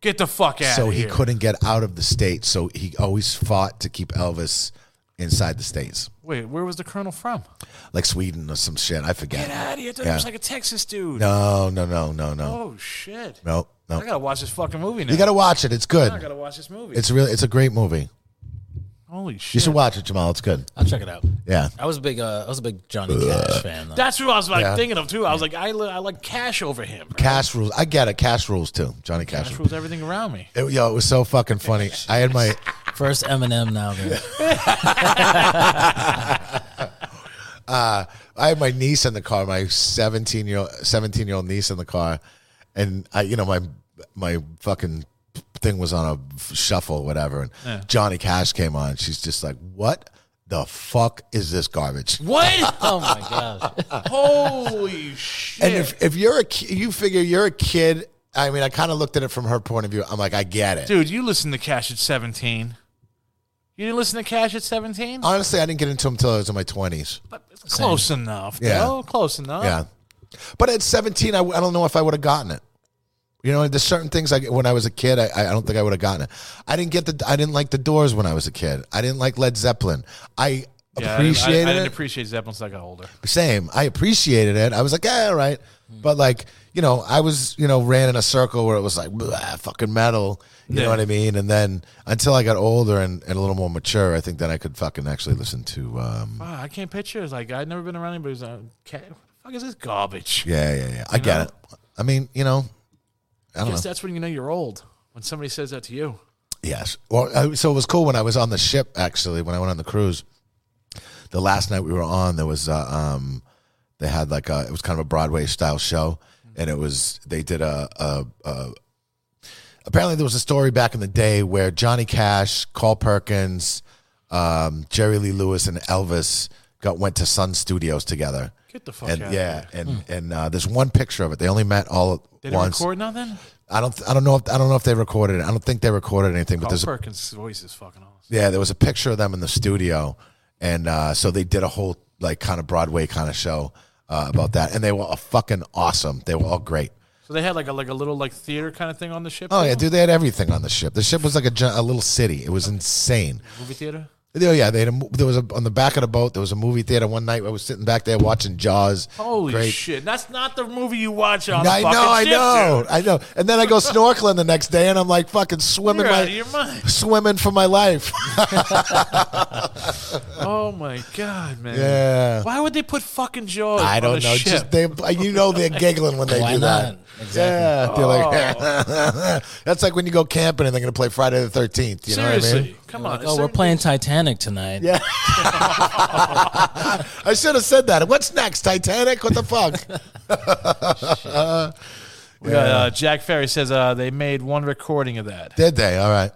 Speaker 4: Get the fuck out.
Speaker 3: so
Speaker 4: of
Speaker 3: he
Speaker 4: here.
Speaker 3: couldn't get out of the state. So he always fought to keep Elvis inside the states,
Speaker 4: Wait, where was the colonel from?
Speaker 3: like Sweden or some shit. I forget.
Speaker 4: Get out of here! I thought
Speaker 3: Yeah.
Speaker 4: he was like a Texas dude.
Speaker 3: No, no, no, no, no,
Speaker 4: Oh shit!
Speaker 3: no, no.
Speaker 4: I gotta watch this fucking movie now.
Speaker 3: You gotta watch it. It's good.
Speaker 4: I gotta watch this movie.
Speaker 3: It's really it's a great movie.
Speaker 4: Holy
Speaker 3: You
Speaker 4: shit!
Speaker 3: should watch it, Jamal. It's good.
Speaker 5: I'll check it out.
Speaker 3: Yeah.
Speaker 5: I was a big uh, I was a big Johnny Cash fan though.
Speaker 4: That's who I was like
Speaker 3: Yeah.
Speaker 4: thinking of too. I was like, I, li- I like Cash over him. bro.
Speaker 3: Cash rules. I get it. Cash rules too. Johnny Cash.
Speaker 4: Cash
Speaker 3: rules.
Speaker 4: rules everything
Speaker 3: <laughs>
Speaker 4: around me.
Speaker 3: It, yo, it was so fucking funny. I had my
Speaker 5: First
Speaker 3: <laughs>
Speaker 5: Eminem now. Man.
Speaker 3: uh, I had my niece in the car, my 17 year old 17 year old niece in the car and I you know my my fucking thing was on a shuffle or whatever and Johnny Cash came on. She's just like, "What?" the the fuck is this garbage?
Speaker 4: What?
Speaker 5: Oh my
Speaker 4: <laughs>
Speaker 5: gosh.
Speaker 4: Holy shit!
Speaker 3: And if, if you're a ki- you figure you're a kid. I mean, I kind of looked at it from her point of view. I'm like, I get it.
Speaker 4: Dude, you listened to Cash at 17. You didn't listen to Cash at 17?
Speaker 3: Honestly, I didn't get into them until I was in my 20s.
Speaker 4: Close enough,
Speaker 3: Yeah.
Speaker 4: bro. Close enough.
Speaker 3: Yeah. But at 17, I, w- I don't know if I would have gotten it. You know, there's certain things I, when I was a kid, I, I don't think I would have gotten it. I didn't get the, I didn't like the Doors when I was a kid. I didn't like Led Zeppelin. I
Speaker 4: Yeah, I didn't- I, I
Speaker 3: appreciated
Speaker 4: didn't
Speaker 3: it.
Speaker 4: appreciate Zeppelin until I got older.
Speaker 3: Same. I appreciated it. I was like, yeah, all right. But like, you know, I was, you know, ran in a circle where it was like, "Bleh, fucking metal. You
Speaker 4: Yeah.
Speaker 3: know what I mean? And then until I got older and, and a little more mature, I think then I could fucking actually listen to, um,
Speaker 4: Wow, I can't picture. It's like, I'd never been around anybody who's like, "Cat- what the fuck is this garbage?
Speaker 3: yeah, yeah, yeah. I get
Speaker 4: know?
Speaker 3: it. I mean, you know, I don't know.
Speaker 4: Because that's when you know you're old, when somebody says that to you.
Speaker 3: Yes. Well, I, so it was cool when I was on the ship. Actually, when I went on the cruise, the last night we were on, there was uh, um, they had like a, it was kind of a Broadway style show, and it was they did a, a, a apparently there was a story back in the day where Johnny Cash, Carl Perkins, um, Jerry Lee Lewis, and Elvis got went to Sun Studios together.
Speaker 4: Get the fuck
Speaker 3: And
Speaker 4: out of
Speaker 3: yeah,
Speaker 4: here. Hmm.
Speaker 3: and and uh, there's one picture of it. They only met all at
Speaker 4: They didn't
Speaker 3: once.
Speaker 4: record nothing?
Speaker 3: I don't. I don't know. If, I don't know if they recorded it. I don't think they recorded anything. But
Speaker 4: Carl
Speaker 3: there's a
Speaker 4: Perkins' voice is fucking awesome.
Speaker 3: yeah, there was a picture of them in the studio, and uh, so they did a whole like kind of Broadway kind of show uh, about that, and they were all fucking awesome. They were all great.
Speaker 4: So they had like a like a little like theater kind of thing on the ship.
Speaker 3: Oh
Speaker 4: you
Speaker 3: yeah,
Speaker 4: know?
Speaker 3: dude, they had everything on the ship. The ship was like a, gi- a little city. It was insane.
Speaker 4: movie theater.
Speaker 3: Yeah, yeah, they had a, mo- there was a, on the back of the boat. There was a movie theater. One night I was sitting back there watching Jaws.
Speaker 4: Holy
Speaker 3: Great.
Speaker 4: shit! That's not the movie you watch on.
Speaker 3: I
Speaker 4: a
Speaker 3: know,
Speaker 4: fucking
Speaker 3: I
Speaker 4: ship,
Speaker 3: know,
Speaker 4: dude.
Speaker 3: I know. And then I
Speaker 4: <laughs>
Speaker 3: go snorkeling the next day, and I'm like fucking swimming
Speaker 4: You're
Speaker 3: my
Speaker 4: out of your mind.
Speaker 3: swimming for my
Speaker 4: <laughs>
Speaker 3: life.
Speaker 4: Oh my god, man!
Speaker 3: Yeah.
Speaker 4: Why would they put fucking Jaws?
Speaker 3: I
Speaker 4: on a
Speaker 3: don't know.
Speaker 4: Ship?
Speaker 3: Just they, you know, they're giggling when they
Speaker 5: Why
Speaker 3: do that.
Speaker 5: not? Exactly.
Speaker 3: Yeah, they're like <laughs> that's like when you go camping and they're gonna play Friday the Thirteenth. You
Speaker 4: Seriously,
Speaker 3: know what I mean?
Speaker 4: come on.
Speaker 5: Oh, we're playing Titanic tonight.
Speaker 3: Yeah. I should have said that. What's next, Titanic? What the fuck?
Speaker 4: We got, uh, Jack Ferry says uh, they made one recording of that.
Speaker 3: Did they? All right.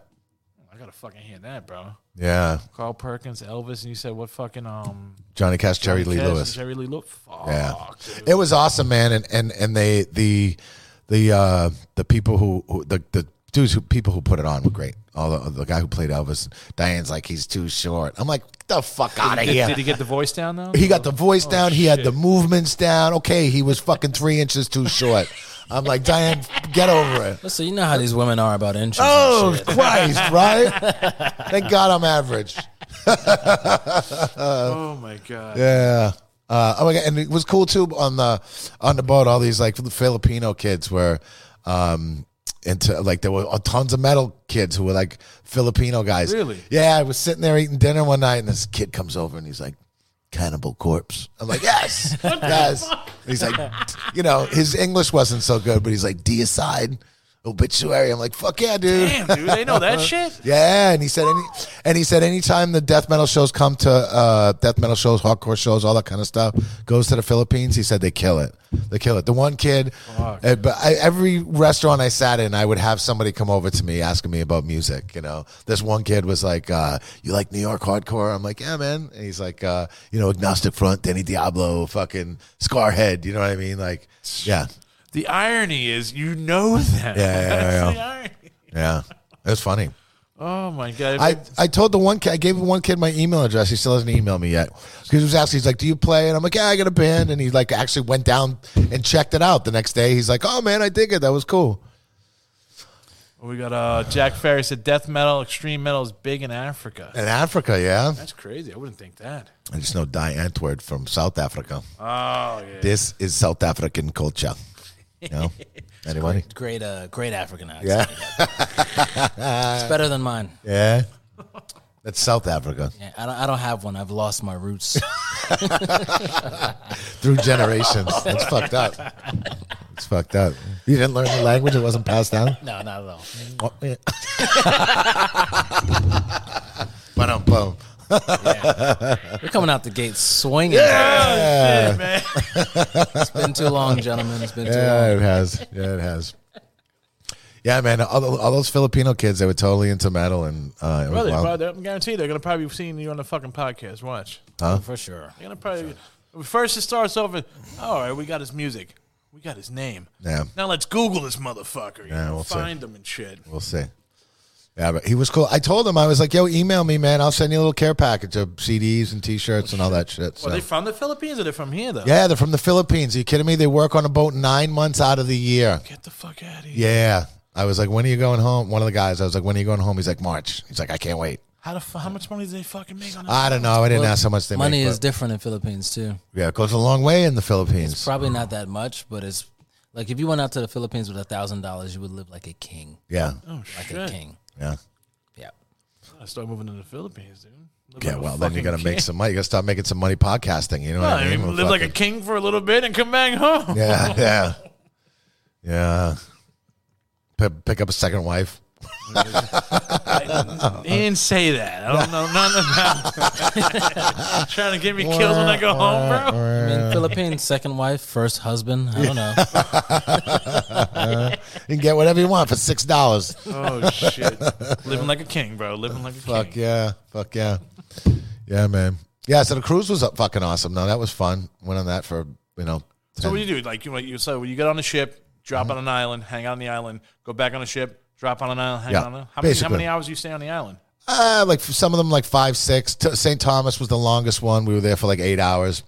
Speaker 4: I gotta fucking hear that, bro.
Speaker 3: Yeah.
Speaker 4: Carl Perkins, Elvis, and you said what fucking um
Speaker 3: Johnny Cash, Jerry Lee
Speaker 4: Cash and
Speaker 3: Lewis.
Speaker 4: Jerry Lee Lewis. Fuck.
Speaker 3: Yeah.
Speaker 4: dude.
Speaker 3: It was awesome, man. And and and they the the uh the people who, who the the dudes who people who put it on were great. All the, the guy who played Elvis, Diane's like he's too short. I'm like "Get the fuck out of
Speaker 4: Did,
Speaker 3: here.
Speaker 4: did he get the voice down
Speaker 3: <laughs>
Speaker 4: though?
Speaker 3: He got the voice down. He had the movements down. Okay, he was fucking three inches too short. I'm like, Diane, get over it.
Speaker 5: So you know how these women are about inches. and
Speaker 3: Oh, <laughs>
Speaker 5: shit.
Speaker 3: Christ, right? Thank God I'm average.
Speaker 4: oh my god.
Speaker 3: Yeah. Uh, oh my God. And it was cool too on the on the boat. All these like Filipino kids were um, into like there were uh, tons of metal kids who were like Filipino guys.
Speaker 4: Really?
Speaker 3: Yeah. I was sitting there eating dinner one night, and this kid comes over and he's like, "Cannibal Corpse." I'm like, "Yes, yes." He's like, you know, his English wasn't so good, but he's like, "Deicide, obituary." I'm like, "Fuck yeah, dude."
Speaker 4: Damn, dude, they know
Speaker 3: <laughs>
Speaker 4: that shit.
Speaker 3: Yeah, and he said any, and he said anytime the death metal shows come to uh, death metal shows, hardcore shows, all that kind of stuff goes to the Philippines. He said they kill it, they kill it. The one kid, uh, but I, every restaurant I sat in, I would have somebody come over to me asking me about music. You know, this one kid was like, uh, "You like New York hardcore?" I'm like, "Yeah, man." And he's like, uh, "You know, Agnostic Front, Danny Diablo, fucking Scarhead." You know what I mean? Like, yeah,
Speaker 4: The irony is, you know that.
Speaker 3: Yeah, yeah,
Speaker 4: <laughs> That's
Speaker 3: yeah,
Speaker 4: the irony.
Speaker 3: yeah. It was funny.
Speaker 4: Oh my god!
Speaker 3: I, I told the one kid, I gave one kid my email address. He still hasn't emailed me yet. Because he was asking, he's like, Do you play? And I'm like, Yeah, I got a band. And he like actually went down and checked it out the next day. He's like, Oh man, I dig it. That was cool.
Speaker 4: we got uh, Jack Ferry said death metal, extreme metal is big in Africa.
Speaker 3: In Africa, yeah.
Speaker 4: That's crazy. I wouldn't think that.
Speaker 3: I just know Di Antwoord from South Africa.
Speaker 4: Oh yeah.
Speaker 3: This is South African culture. You <laughs> know? Anybody?
Speaker 5: Great, uh, great African accent.
Speaker 3: Yeah.
Speaker 5: It's better than mine.
Speaker 3: Yeah. That's South Africa.
Speaker 5: Yeah, I, don't, I don't have one. I've lost
Speaker 3: <laughs>
Speaker 5: my roots.
Speaker 3: Through generations. That's fucked up. It's fucked up. You didn't learn the language, it wasn't passed down?
Speaker 5: no, not at all.
Speaker 3: Oh, yeah. <laughs> Ba-dum-bum.
Speaker 5: We're coming out the gate
Speaker 3: <laughs>
Speaker 5: swinging.
Speaker 4: man.
Speaker 5: It's been too long, gentlemen. It's been too long.
Speaker 3: Yeah, it has. Yeah, it has. Yeah, man. All, tho- all those Filipino kids, they were totally into metal and uh, it was
Speaker 4: Brother,
Speaker 3: wild.
Speaker 4: brother, I'm guaranteed they're gonna probably be seeing you on the fucking podcast. Watch.
Speaker 5: for sure.
Speaker 4: They're gonna probably first it starts off with, all right, we got his music, we got his name.
Speaker 3: Yeah.
Speaker 4: Now let's Google this motherfucker. You
Speaker 3: Yeah,
Speaker 4: know,
Speaker 3: we'll see.
Speaker 4: find him and shit.
Speaker 3: We'll see. Yeah, but he was cool. I told him I was like, "Yo, email me, man. I'll send you a little care package of CDs and T-shirts and all that shit." So.
Speaker 4: Are they from the Philippines or they're from here though?
Speaker 3: yeah, they're from the Philippines. Are you kidding me? They work on a boat nine months out of the year.
Speaker 4: Get the fuck out of here.
Speaker 3: Yeah, I was like, "When are you going home?" One of the guys, I was like, "When are you going home?" He's like, "March." He's like, "I can't wait."
Speaker 4: How the fu- how much money do they fucking make on that?
Speaker 3: I don't know. I didn't ask how much they
Speaker 5: Money
Speaker 3: make,
Speaker 5: is
Speaker 3: but-
Speaker 5: different in Philippines too.
Speaker 3: yeah, it goes a long way in the Philippines.
Speaker 5: Probably not that much, but it's like if you went out to the Philippines with a thousand dollars, you would live like a king,
Speaker 3: yeah,
Speaker 4: oh
Speaker 5: like
Speaker 4: shit!
Speaker 5: a king.
Speaker 3: yeah,
Speaker 5: Yeah.
Speaker 4: I start moving to the Philippines, dude. Live
Speaker 3: yeah.
Speaker 4: like a
Speaker 3: Well, then you
Speaker 4: fucking
Speaker 3: got to
Speaker 4: king.
Speaker 3: make some money. You got to start making some money podcasting. You know
Speaker 4: No,
Speaker 3: what I
Speaker 4: <laughs> I
Speaker 3: mean?
Speaker 4: mean,
Speaker 3: We're
Speaker 4: live like a
Speaker 3: fucking-
Speaker 4: king for a little bit and come back home.
Speaker 3: Yeah, yeah, yeah. P- pick up a second wife.
Speaker 4: He
Speaker 3: uh,
Speaker 4: didn't say that. I don't know nothing about.
Speaker 3: <laughs>
Speaker 4: it. Trying to get me killed when I go home, bro.
Speaker 5: I
Speaker 3: Uh,
Speaker 5: mean, Philippines, second wife, first husband. I don't know.
Speaker 3: You can get whatever you want for six dollars.
Speaker 4: Oh shit! Living like a king, bro. Living like a
Speaker 3: Fuck
Speaker 4: king.
Speaker 3: yeah, fuck yeah, yeah, man. Yeah, so the cruise was fucking awesome. No, that was fun. Went on that for you know.
Speaker 4: So what do you do? Like you, like you so you get on the ship, drop
Speaker 3: Uh-huh.
Speaker 4: on an island, hang out on the island, go back on the ship, drop on an island, hang
Speaker 3: Yeah,
Speaker 4: out on. A, how many how
Speaker 3: basically.
Speaker 4: many hours do you stay on the island?
Speaker 3: Uh, like some of them, like five, six. T- St. Thomas was the longest one. We were there for like eight hours,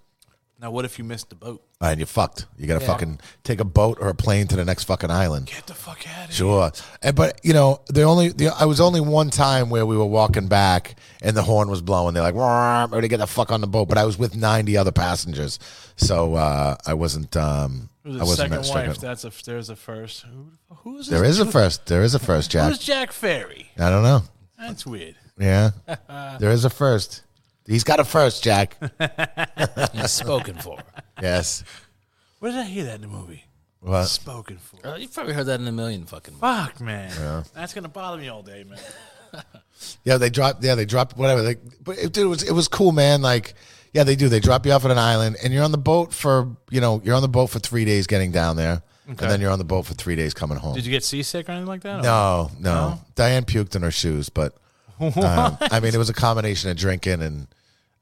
Speaker 4: Now what if you missed the boat?
Speaker 3: and you're fucked. You gotta fucking take a boat or a plane to the next fucking island.
Speaker 4: Get the fuck out of here.
Speaker 3: Sure, and, but you know the only the, I was only one time where we were walking back and the horn was blowing. They're like, "Wah, "Ready to get the fuck on the boat," but I was with ninety other passengers, so uh, I wasn't. Um,
Speaker 4: It was
Speaker 3: I
Speaker 4: a
Speaker 3: wasn't
Speaker 4: second
Speaker 3: that
Speaker 4: wife.
Speaker 3: stricken.
Speaker 4: That's a there's a first. Who, who's
Speaker 3: There is a first. There is a first, Jack.
Speaker 4: Who's Jack Ferry?
Speaker 3: I don't know.
Speaker 4: That's weird. <laughs>
Speaker 3: Yeah, there is a first. He's got a first, Jack. <laughs>
Speaker 5: He's spoken for.
Speaker 4: <laughs>
Speaker 3: Yes.
Speaker 4: Where did I hear that in the movie?
Speaker 3: What?
Speaker 4: Spoken for.
Speaker 5: Uh, You've probably heard that in a million fucking.
Speaker 4: Fuck, man. That's gonna bother me all day, man.
Speaker 3: Yeah, they dropped. Yeah, they dropped whatever. They, but it, dude, it was it was cool, man. Like, yeah, they do. They drop you off at an island, and you're on the boat for you know you're on the boat for three days getting down there, and then you're on the boat for three days coming home.
Speaker 4: Did you get seasick or anything like that?
Speaker 3: no, no, Diane puked in her shoes, but
Speaker 4: <laughs>
Speaker 3: um, I mean, it was a combination of drinking and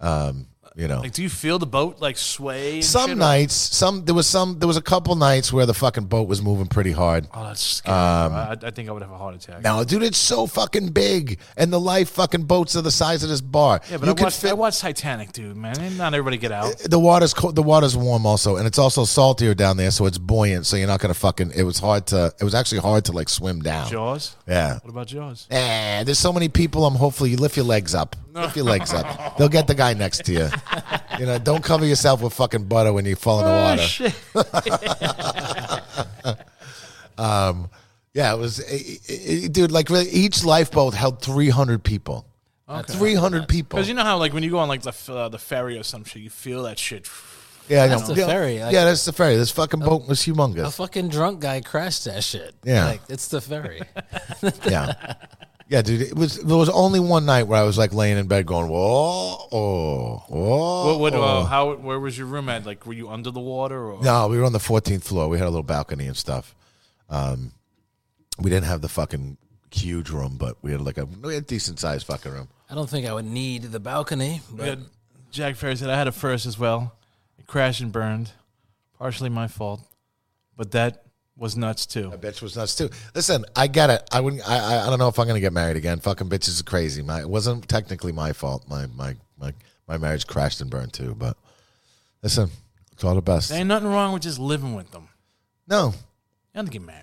Speaker 3: um, you know.
Speaker 4: Like, do you feel the boat like sway? and shit, or-
Speaker 3: some nights, some there was some there was a couple nights where the fucking boat was moving pretty hard.
Speaker 4: Oh, that's scary. bro.
Speaker 3: um,
Speaker 4: I, I think I would have a heart attack.
Speaker 3: No, dude, it's so fucking big, and the life fucking boats are the size of this bar.
Speaker 4: yeah, but I watched, I watched Titanic, dude. Man, Ain't not everybody get out.
Speaker 3: the water's cold, the water's warm also, and it's also saltier down there, so it's buoyant. So you're not gonna fucking. It was hard to. It was actually hard to like swim down.
Speaker 4: Jaws.
Speaker 3: Yeah.
Speaker 4: What about Jaws?
Speaker 3: Eh, there's so many people. I'm hopefully you lift your legs up. Lift your legs up. They'll get the guy next to you. You know, don't cover yourself with fucking butter when you fall in the water.
Speaker 4: Oh, shit.
Speaker 3: Yeah, it was, it, it, it- dude. Like really, each lifeboat held 300 people. 300 people.
Speaker 4: Because you know how like when you go on like the f- uh, the ferry or some shit, you feel that shit.
Speaker 3: yeah, I
Speaker 5: That's
Speaker 3: know.
Speaker 5: the
Speaker 3: Yeah.
Speaker 5: ferry, like-
Speaker 3: yeah, that's the ferry. This fucking boat was humongous.
Speaker 5: A fucking drunk guy crashed that shit.
Speaker 3: Yeah.
Speaker 5: Like, it's the ferry.
Speaker 3: Yeah. Yeah, dude. It was there was only one night where I was like laying in bed going, Whoa, oh, oh.
Speaker 4: What? What? Uh, how? Where was your room at? Like, were you under the water or?
Speaker 3: No, we were on the fourteenth floor. We had a little balcony and stuff. Um we didn't have the fucking huge room, but we had like a we had a decent sized fucking room.
Speaker 5: I don't think I would need the balcony, but
Speaker 4: Yeah, Jack Ferry said I had a first as well. It crashed and burned, partially my fault, but that was nuts too.
Speaker 3: Bitch was nuts too. Listen, I get it. I wouldn't I I, I don't know if I'm gonna get married again. Fucking bitches are crazy. My it wasn't technically my fault. My my my my marriage crashed and burned too, but listen, it's all the best.
Speaker 4: There ain't nothing wrong with just living with them.
Speaker 3: No,
Speaker 4: You don't get married.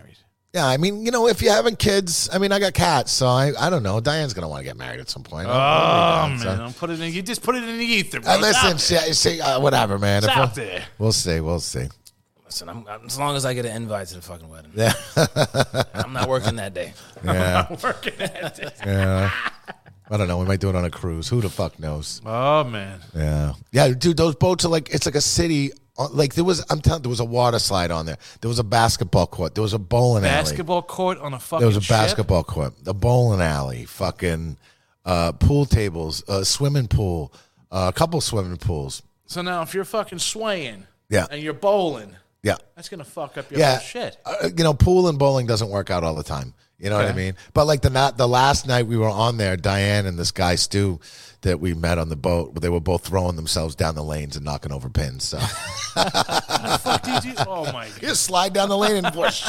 Speaker 3: Yeah, I mean, you know, if you're having kids, I mean, I got cats, so I, I don't know. Diane's gonna want to get married at some point.
Speaker 4: Oh
Speaker 3: Really,
Speaker 4: man,
Speaker 3: so-
Speaker 4: don't put it in. You just put it in the ether. Bro.
Speaker 3: Uh,
Speaker 4: It's
Speaker 3: listen,
Speaker 4: out
Speaker 3: see, see, uh, whatever, man. If
Speaker 4: there. It's out
Speaker 3: we'll,
Speaker 4: there.
Speaker 3: we'll see, we'll see.
Speaker 5: listen, I'm, I'm- as long as I get an invite to the fucking wedding,
Speaker 3: Yeah,
Speaker 5: <laughs> I'm not working
Speaker 3: <laughs>
Speaker 5: that day.
Speaker 3: yeah,
Speaker 4: Working at it.
Speaker 3: yeah. I don't know. We might do it on a cruise. Who the fuck knows?
Speaker 4: Oh man,
Speaker 3: Yeah, yeah, dude. Those boats are like it's like a city. uh, Like there was, I'm telling, there was a water slide on there. There was a basketball court. There was a bowling alley.
Speaker 4: basketball court on a fucking.
Speaker 3: There was a
Speaker 4: ship?
Speaker 3: basketball court, a bowling alley, fucking uh, pool tables, a swimming pool, uh, a couple swimming pools.
Speaker 4: So now, if you're fucking swaying,
Speaker 3: Yeah.
Speaker 4: and you're bowling,
Speaker 3: Yeah.
Speaker 4: That's gonna fuck up your
Speaker 3: Yeah.
Speaker 4: whole Oh, shit.
Speaker 3: Uh, you know, pool and bowling doesn't work out all the time. You know what I
Speaker 4: Okay.
Speaker 3: mean? But like the not the last night we were on there, Diane and this guy Stu that we met on the boat, they were both throwing themselves down the lanes and knocking over pins. So <laughs>
Speaker 4: Fuck did you? Oh my god.
Speaker 3: you just slide down the lane and whoosh,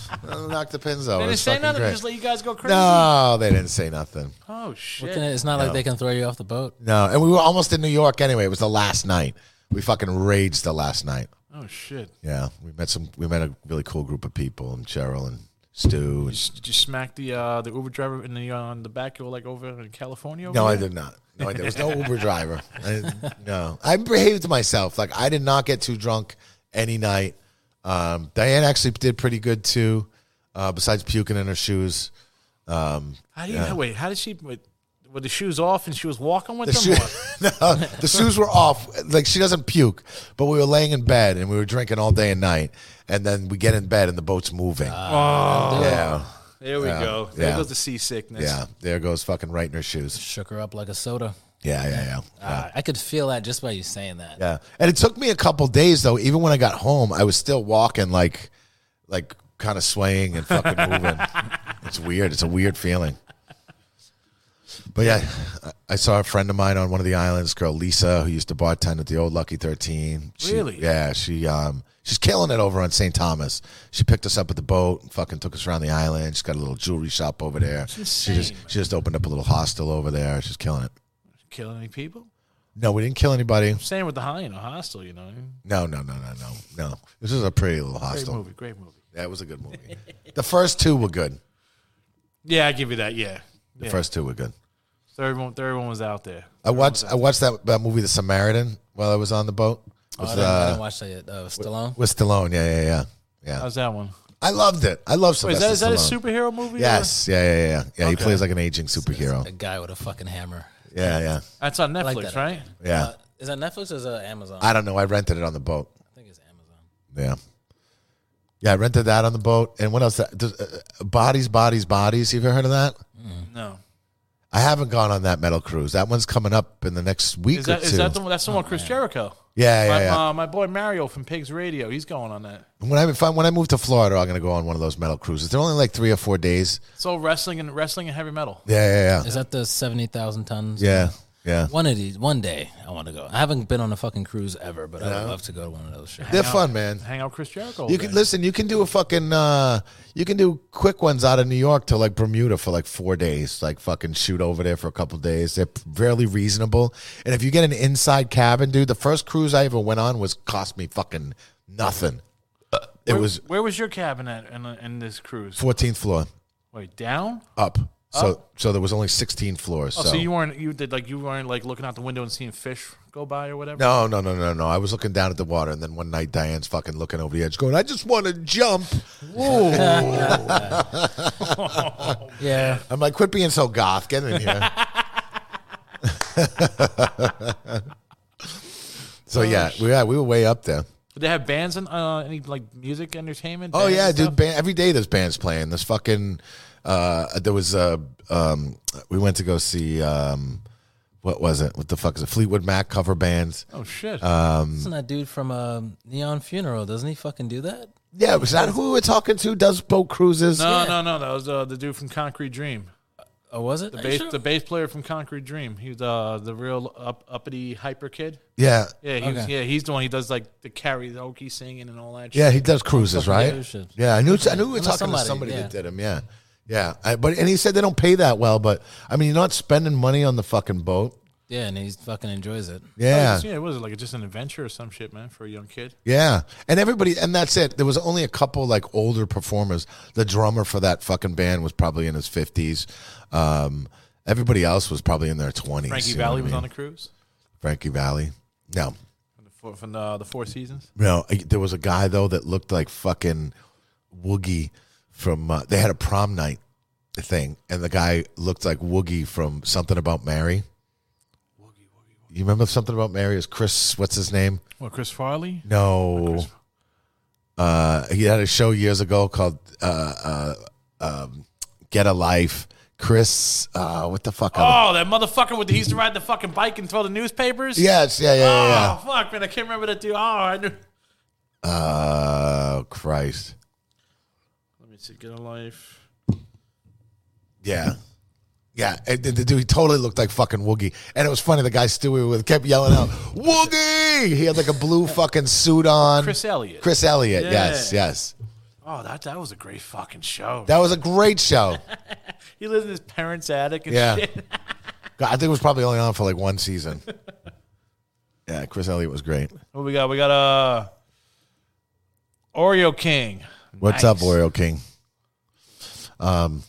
Speaker 3: <laughs> knock the pins over.
Speaker 4: They didn't
Speaker 3: It's
Speaker 4: say
Speaker 3: fucking
Speaker 4: nothing.
Speaker 3: great.
Speaker 4: They just let you guys go crazy.
Speaker 3: no, they didn't say nothing.
Speaker 4: Oh shit.
Speaker 5: Can I- It's not like they can throw you off the boat.
Speaker 3: No, and we were almost in New York anyway. It was the last night. We fucking raged the last night.
Speaker 4: oh shit.
Speaker 3: Yeah, we met some. We met a really cool group of people, and Cheryl and Stu. And,
Speaker 4: Did you smack the uh, the Uber driver in the on the back? You were like over in California. Over
Speaker 3: no, I
Speaker 4: there?
Speaker 3: did not. No, I- there was no Uber driver. I, no, I behaved myself. Like I did not get too drunk any night. Um, Diane actually did pretty good too. Uh, besides puking in her shoes,
Speaker 4: How do you wait? How did she? Wait, were the shoes off and she was walking with
Speaker 3: the,
Speaker 4: them?
Speaker 3: shoe-
Speaker 4: or-
Speaker 3: no, Uh, the shoes were off. Like she doesn't puke, but we were laying in bed and we were drinking all day and night. And then we get in bed and the boat's moving. yeah,
Speaker 4: There we go.
Speaker 3: <laughs> yeah.
Speaker 4: There goes the seasickness.
Speaker 3: yeah. There goes fucking right in her shoes.
Speaker 5: Shook her up like a soda.
Speaker 3: Yeah, yeah, yeah.
Speaker 5: Uh, I could feel that just by you saying that.
Speaker 3: Yeah, and it took me a couple days though. Even when I got home, I was still walking like, like kind of swaying and
Speaker 4: <laughs>
Speaker 3: fucking moving. It's weird. It's a weird feeling. But yeah, I- I saw a friend of mine on one of the islands, girl Lisa, who used to bartend at the old Lucky Thirteen. She-
Speaker 4: Really?
Speaker 3: Yeah, she um she's killing it over on St. Thomas. She picked us up at the boat, and fucking took us around the island. She's got a little jewelry shop over there. She just
Speaker 4: insane.
Speaker 3: she just opened up a little hostel over there. She's killing it.
Speaker 4: Killing any people?
Speaker 3: No, we didn't kill anybody.
Speaker 4: Same with the hyena hostel. You know. what I mean?
Speaker 3: No, no, no, no, no, no. This is a pretty little
Speaker 4: Great
Speaker 3: hostel.
Speaker 4: movie. Great movie.
Speaker 3: That was a good movie. the first two were good.
Speaker 4: Yeah, I give you that. Yeah.
Speaker 3: The
Speaker 4: yeah.
Speaker 3: first two were good.
Speaker 4: Third one. Third one was out there.
Speaker 3: I watched I watched that, that movie The Samaritan while I was on the boat.
Speaker 5: Oh, I,
Speaker 3: With,
Speaker 5: didn't, I
Speaker 3: uh,
Speaker 5: didn't watch that yet. Uh, Stallone.
Speaker 3: with Stallone. Yeah, yeah, yeah. Yeah.
Speaker 4: How's that one?
Speaker 3: I loved it. I love
Speaker 4: Uh, Wait,
Speaker 3: Sylvester
Speaker 4: is that is that a
Speaker 3: Stallone.
Speaker 4: superhero movie? or-
Speaker 3: Yes. Yeah, yeah, yeah. Yeah, Yeah, he plays like an aging
Speaker 5: A
Speaker 3: superhero.
Speaker 5: guy with a fucking hammer.
Speaker 3: Yeah, yeah.
Speaker 4: That's on Netflix,
Speaker 5: like that.
Speaker 4: right?
Speaker 3: Yeah.
Speaker 5: Uh, is that Netflix or is that Amazon? I,
Speaker 3: I don't know. I rented it on the boat.
Speaker 5: think it's Amazon.
Speaker 3: Yeah. Yeah, I rented that on the boat. And what else? That, does- uh, uh, bodies, bodies, bodies. You've ever heard of that?
Speaker 4: No.
Speaker 3: I haven't gone on that metal cruise. That one's coming up in the next week
Speaker 4: Is
Speaker 3: or
Speaker 4: that
Speaker 3: two.
Speaker 4: is that the one? That's the one
Speaker 5: Oh,
Speaker 4: with Chris Jericho.
Speaker 3: yeah, yeah,
Speaker 4: my,
Speaker 3: yeah.
Speaker 4: Uh, my boy Mario from Pigs Radio. He's going on that.
Speaker 3: When I if I, when I move to Florida, I'm gonna go on one of those metal cruises. They're only like three or four days.
Speaker 4: So wrestling and wrestling and heavy metal.
Speaker 3: Yeah, yeah, yeah,
Speaker 5: Is that the seventy thousand tons?
Speaker 3: yeah, yeah.
Speaker 5: One of these, one day, I want to go. I haven't been on a fucking cruise ever, but I would love to go to one of those. Shows.
Speaker 3: They're fun, man.
Speaker 4: Hang out with Chris Jericho.
Speaker 3: You
Speaker 4: over
Speaker 3: can
Speaker 4: there.
Speaker 3: listen. You can do a fucking. Uh, you can do quick ones out of New York to like Bermuda for like four days. Like fucking shoot over there for a couple days. They're fairly reasonable. And if you get an inside cabin, dude, the first cruise I ever went on was cost me fucking nothing. It
Speaker 4: where,
Speaker 3: was
Speaker 4: Where was your cabin at in, in this cruise?
Speaker 3: 14th floor
Speaker 4: Wait, down?
Speaker 3: up. So so there was only 16 floors.
Speaker 4: Oh, so, you weren't you did like you weren't like looking out the window and seeing fish go by or whatever.
Speaker 3: No, no, no, no, no. I was looking down at the water, and then one night Diane's fucking looking over the edge, going, "I just want to jump."
Speaker 5: Yeah,
Speaker 3: I'm like, "Quit being so goth. Get in here." <laughs> so yeah, we yeah, we were way up there.
Speaker 4: Did they have bands and uh, any like music entertainment?
Speaker 3: Oh
Speaker 4: bands
Speaker 3: yeah,
Speaker 4: and
Speaker 3: dude.
Speaker 4: stuff?
Speaker 3: Band, every day there's bands playing. There's fucking. Uh, there was uh, um, we went to go see um, what was it? What the fuck is it? Fleetwood Mac cover bands.
Speaker 4: Oh shit.
Speaker 3: Uh,
Speaker 5: isn't that dude from um, Neon Funeral? Doesn't he fucking do that?
Speaker 3: Yeah, was that who we were talking to? Does boat cruises?
Speaker 4: no, no, no. That was uh, the dude from Concrete Dream.
Speaker 5: Or was it? Are
Speaker 4: The
Speaker 5: you
Speaker 4: bass,
Speaker 5: sure?
Speaker 4: the bass player from Concrete Dream. He was uh, the real up, uppity hyper kid.
Speaker 3: Yeah,
Speaker 4: Yeah, he was,
Speaker 5: Okay.
Speaker 4: yeah, he's the one. He does like the karaoke singing and all that.
Speaker 3: Yeah,
Speaker 4: shit.
Speaker 3: he does cruises, right?
Speaker 5: yeah, shit.
Speaker 3: Yeah, I knew. I knew we were
Speaker 5: Unless
Speaker 3: talking to somebody
Speaker 5: somebody, yeah.
Speaker 3: that did him. Yeah, yeah. I, but and he said they don't pay that well. But I mean, you're not spending money on the fucking boat.
Speaker 5: yeah, and he fucking enjoys it.
Speaker 3: Yeah,
Speaker 4: Oh,
Speaker 5: Oh,
Speaker 4: yeah. It was like just an adventure or some shit, man, for a young kid.
Speaker 3: yeah. And everybody, and that's it. There was only a couple like older performers. The drummer for that fucking band was probably in his fifties. Um, everybody else was probably in their twenties.
Speaker 4: Frankie Valley was on a cruise
Speaker 3: Frankie Valley. No,
Speaker 4: from the four, from the, the Four Seasons.
Speaker 3: No, I- there was a guy though that looked like fucking Woogie from. Uh, they had a prom night thing, and the guy looked like Woogie from Something About Mary. You remember Something About Mary? Is Chris? What's his name?
Speaker 4: What Chris Farley?
Speaker 3: No. Uh, he had a show years ago called uh, uh, um, Get a Life. Chris, uh, what the fuck? other-
Speaker 4: Oh, that motherfucker with the, he used to ride the fucking bike and throw the newspapers.
Speaker 3: Yes, yeah, yeah, yeah. yeah.
Speaker 4: Oh fuck, man, I can't remember that dude. Oh, I knew.
Speaker 3: Oh Christ!
Speaker 4: Let me see. Get a life.
Speaker 3: Yeah. Yeah, and the, the dude he totally looked like fucking Woogie, and it was funny. The guy Stewie with kept yelling out Woogie. He had like a blue fucking suit on.
Speaker 4: Chris Elliott.
Speaker 3: Chris Elliott.
Speaker 4: Yeah.
Speaker 3: Yes, yes.
Speaker 4: Oh, that that was a great fucking show.
Speaker 3: That was a great
Speaker 4: <laughs>
Speaker 3: show.
Speaker 4: he lives in his parents' attic and
Speaker 3: Yeah.
Speaker 4: shit.
Speaker 3: God, I think it was probably only on for like one season. Yeah, Chris Elliott was great.
Speaker 4: What we got? We got uh Oreo King.
Speaker 3: What's up,
Speaker 4: Nice.
Speaker 3: Oreo King? Um,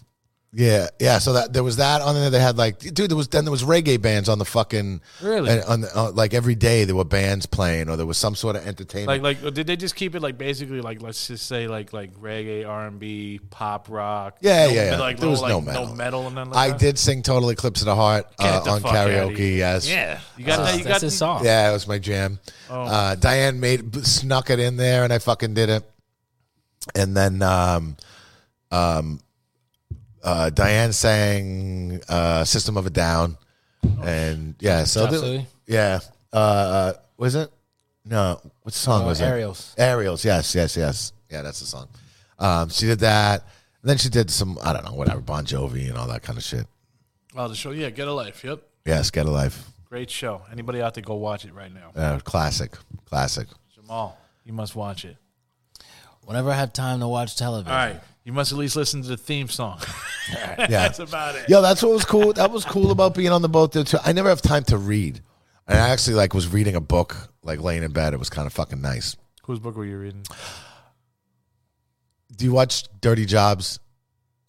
Speaker 3: yeah, yeah. So that there was that on there. They had like, dude, there was then there was reggae bands on the fucking
Speaker 4: Really?
Speaker 3: and on the, uh, like every day there were bands playing or there was some sort of entertainment.
Speaker 4: Like like did they just keep it like basically like let's just say like like reggae, R and B, pop rock.
Speaker 3: Yeah,
Speaker 4: no,
Speaker 3: yeah, yeah.
Speaker 4: Like,
Speaker 3: There was no
Speaker 4: no, like,
Speaker 3: metal.
Speaker 4: No metal and then
Speaker 3: I did sing "Total Eclipse of the Heart" uh, on karaoke. Yes,
Speaker 4: Yeah. You got
Speaker 5: Uh, That's,
Speaker 4: that. You got
Speaker 5: his song.
Speaker 3: yeah, it was my jam. Uh, Diane made b- snuck it in there, and I fucking did it. And then, um, um, uh, Diane sang uh, "System of a Down," and yeah, so
Speaker 5: Chop
Speaker 3: there-
Speaker 5: Suey?
Speaker 3: yeah, uh, was it? No, what song
Speaker 5: Uh,
Speaker 3: was
Speaker 5: Aerials.
Speaker 3: it? Aerials. Yes, yes, yes. Yeah, that's the song. Um, she did that. And then she did some, I don't know, whatever, Bon Jovi and all that kind of shit.
Speaker 4: Oh, the show. Yeah, Get a Life. Yep.
Speaker 3: Yes, Get a Life.
Speaker 4: Great show. Anybody out there, go watch it right now.
Speaker 3: Uh, classic. Classic.
Speaker 4: Jamal, you must watch it.
Speaker 5: Whenever I have time to watch television,
Speaker 4: All right. You must at least listen to the theme song.
Speaker 3: Yeah.
Speaker 4: That's about it.
Speaker 3: Yo, that's what was cool. That was cool about being on the boat there too. I never have time to read, and I actually like was reading a book, like laying in bed. It was kind of fucking nice.
Speaker 4: Whose book were you reading?
Speaker 3: Do you watch Dirty Jobs?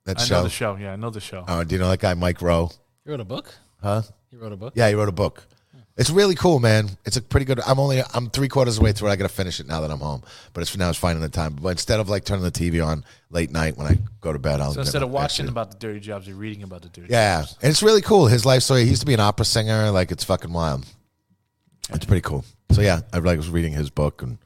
Speaker 3: That
Speaker 4: I
Speaker 3: show.
Speaker 4: know the show. Yeah, I know the show.
Speaker 3: Oh, do you know that guy Mike Rowe?
Speaker 5: you wrote a book.
Speaker 3: Huh?
Speaker 5: You wrote a book.
Speaker 3: Yeah, he wrote a book. It's really cool, man. It's a pretty good. I'm only I'm three quarters of the way through. it. I gotta finish it now that I'm home. But it's for now. It's finding the time. But instead of like turning the TV on late night when I go to bed, I'll
Speaker 4: So instead of
Speaker 3: actually-
Speaker 4: watching about the dirty jobs, you're reading about the dirty
Speaker 3: Yeah,
Speaker 4: jobs.
Speaker 3: and it's really cool. His life story. He used to be an opera singer. Like it's fucking wild. It's pretty cool. So yeah, I like was reading his book and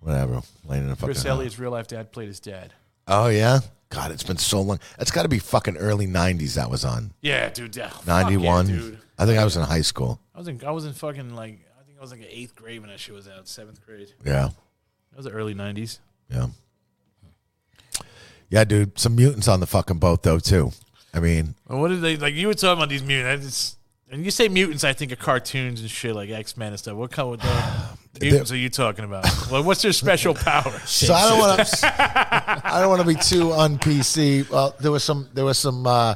Speaker 3: whatever, laying in a fucking.
Speaker 4: Chris Elliott's real life dad played his dad.
Speaker 3: Oh yeah, God, it's been so long. It's got to be fucking early '90s. That was on
Speaker 4: Yeah, dude. Yeah, fuck yeah,
Speaker 3: '91.
Speaker 4: dude.
Speaker 3: I think I was in high school.
Speaker 4: I was in I was in fucking like I think I was like in eighth grade when that shit was out, seventh grade.
Speaker 3: Yeah,
Speaker 4: That was the early nineties.
Speaker 3: yeah, yeah, dude. Some mutants on the fucking boat though too. I mean,
Speaker 4: Well, what did they like? You were talking about these mutants. I just- and you say mutants, I think of cartoons and shit like X Men and stuff. What kind of
Speaker 3: <sighs>
Speaker 4: the mutants are you
Speaker 3: <laughs>
Speaker 4: talking about? Well, what's their special power?
Speaker 3: So I don't want to. <laughs> I don't want to be too un PC. Well, there was some. There was some. Uh,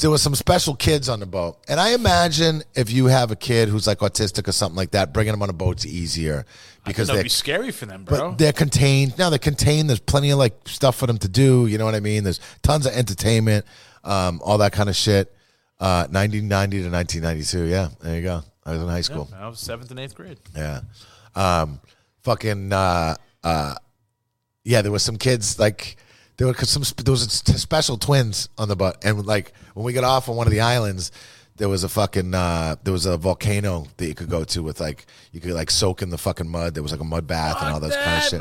Speaker 3: there was some special kids on the boat, and I imagine if you have a kid who's like autistic or something like that, bringing them on a boat's easier because
Speaker 4: That'd
Speaker 3: they're
Speaker 4: be scary for them, bro.
Speaker 3: but they're contained. Now they're contained. There's plenty of like stuff for them to do. You know what I mean? There's tons of entertainment, um, all that kind of shit. Uh, 1990 to 1992. Yeah, there you go. I was in high school.
Speaker 4: I was seventh and eighth grade.
Speaker 3: Yeah. Um, fucking, uh, uh, yeah, there was some kids like, there were some, there was s- special twins on the boat. And like, when we got off on one of the islands, there was a fucking, uh, there was a volcano that you could go to with like, you could like soak in the fucking mud. There was like a mud bath and all those kind of shit.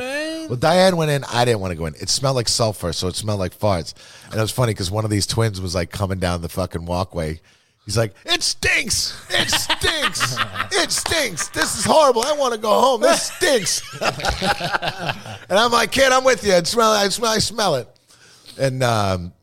Speaker 3: Well, Diane went in. I didn't want to go in. It smelled like sulfur, so it smelled like farts. And it was funny because one of these twins was like coming down the fucking walkway. He's like, it stinks. It stinks. it stinks. This is horrible. I want to go home. This stinks. and I'm like, kid, I'm with you. It smell, I smell, I smell it. And um,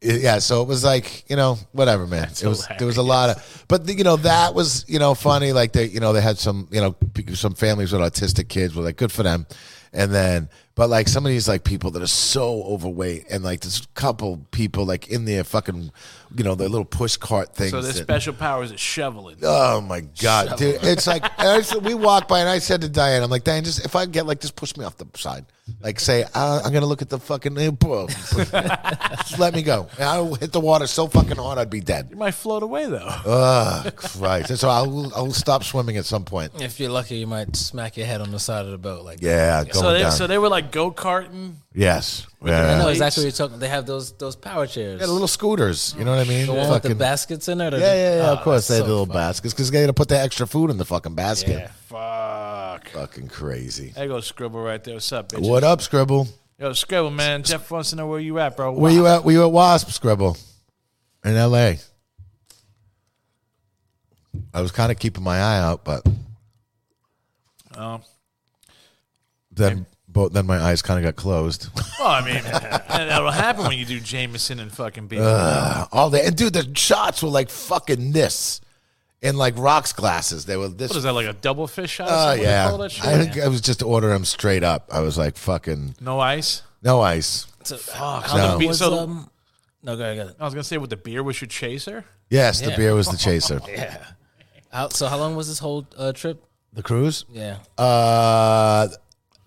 Speaker 3: it- yeah, so it was like, you know, whatever, man. it was there was a lot of, but the, you know, that was you know funny. Like they, you know, they had some, you know, pe- some families with autistic kids were like, good for them. And then, but like some of these like people that are so overweight, and like this couple people like in their fucking, you know, their little push cart things.
Speaker 4: So their
Speaker 3: that-
Speaker 4: special powers is shoveling.
Speaker 3: Oh my god, dude! It's like I said- we walked by, and I said to Diane, "I'm like Diane, just if I get like, just push me off the side. Like, say uh, I'm gonna look at the fucking uh, bro. Push me. just let me go. And I'll hit the water so fucking hard I'd be dead.
Speaker 4: You might float away
Speaker 3: Oh,
Speaker 4: though.
Speaker 3: Ugh, Christ! And so I'll I'll stop swimming at some point.
Speaker 5: If you're lucky, you might smack your head on the side of the boat. Like,
Speaker 3: Yeah, going
Speaker 4: So they,
Speaker 3: down.
Speaker 4: so they were like go karting.
Speaker 3: yes,
Speaker 5: I
Speaker 3: yeah.
Speaker 5: know exactly what you're talking. They have those those power chairs.
Speaker 3: Yeah, the little scooters. You know what I mean?
Speaker 5: the one with the baskets in it. or
Speaker 3: yeah,
Speaker 5: the-
Speaker 3: yeah, yeah.
Speaker 5: Oh,
Speaker 3: of course, they
Speaker 5: that's
Speaker 3: have the
Speaker 5: so
Speaker 3: little
Speaker 5: fun.
Speaker 3: baskets because they gotta put that extra food in the fucking basket.
Speaker 4: Yeah. Fuck.
Speaker 3: Fucking crazy.
Speaker 4: There goes Scribble right there. What's up, bitch?
Speaker 3: What up, Scribble?
Speaker 4: Yo, Scribble, man. Jeff wants to know where you at, bro.
Speaker 3: Where you at? Were you at Wasp Scribble in L.A.? I was kind of keeping my eye out, but
Speaker 4: Oh.
Speaker 3: Then, both, then my eyes kind of got closed. <laughs>
Speaker 4: Well, I mean, <laughs> and that'll happen when you do Jameson and fucking beer.
Speaker 3: all that. And dude, the shots were like fucking this, in like rocks glasses. They were this.
Speaker 4: what is that like a double fish shot? or
Speaker 3: Oh
Speaker 4: something? What do you
Speaker 3: yeah,
Speaker 4: call that shit?
Speaker 3: I think I was just ordering them straight up. I was like fucking
Speaker 4: no ice.
Speaker 3: no ice.
Speaker 5: So, fuck.
Speaker 4: no.
Speaker 5: How no. Was,
Speaker 4: So-
Speaker 5: um, no, go ahead, go ahead.
Speaker 4: I was gonna say with the beer was your chaser.
Speaker 3: Yes, the beer was
Speaker 4: <laughs>
Speaker 3: the chaser.
Speaker 5: How, so how long was this whole uh, trip?
Speaker 3: The cruise.
Speaker 5: Yeah.
Speaker 3: Uh,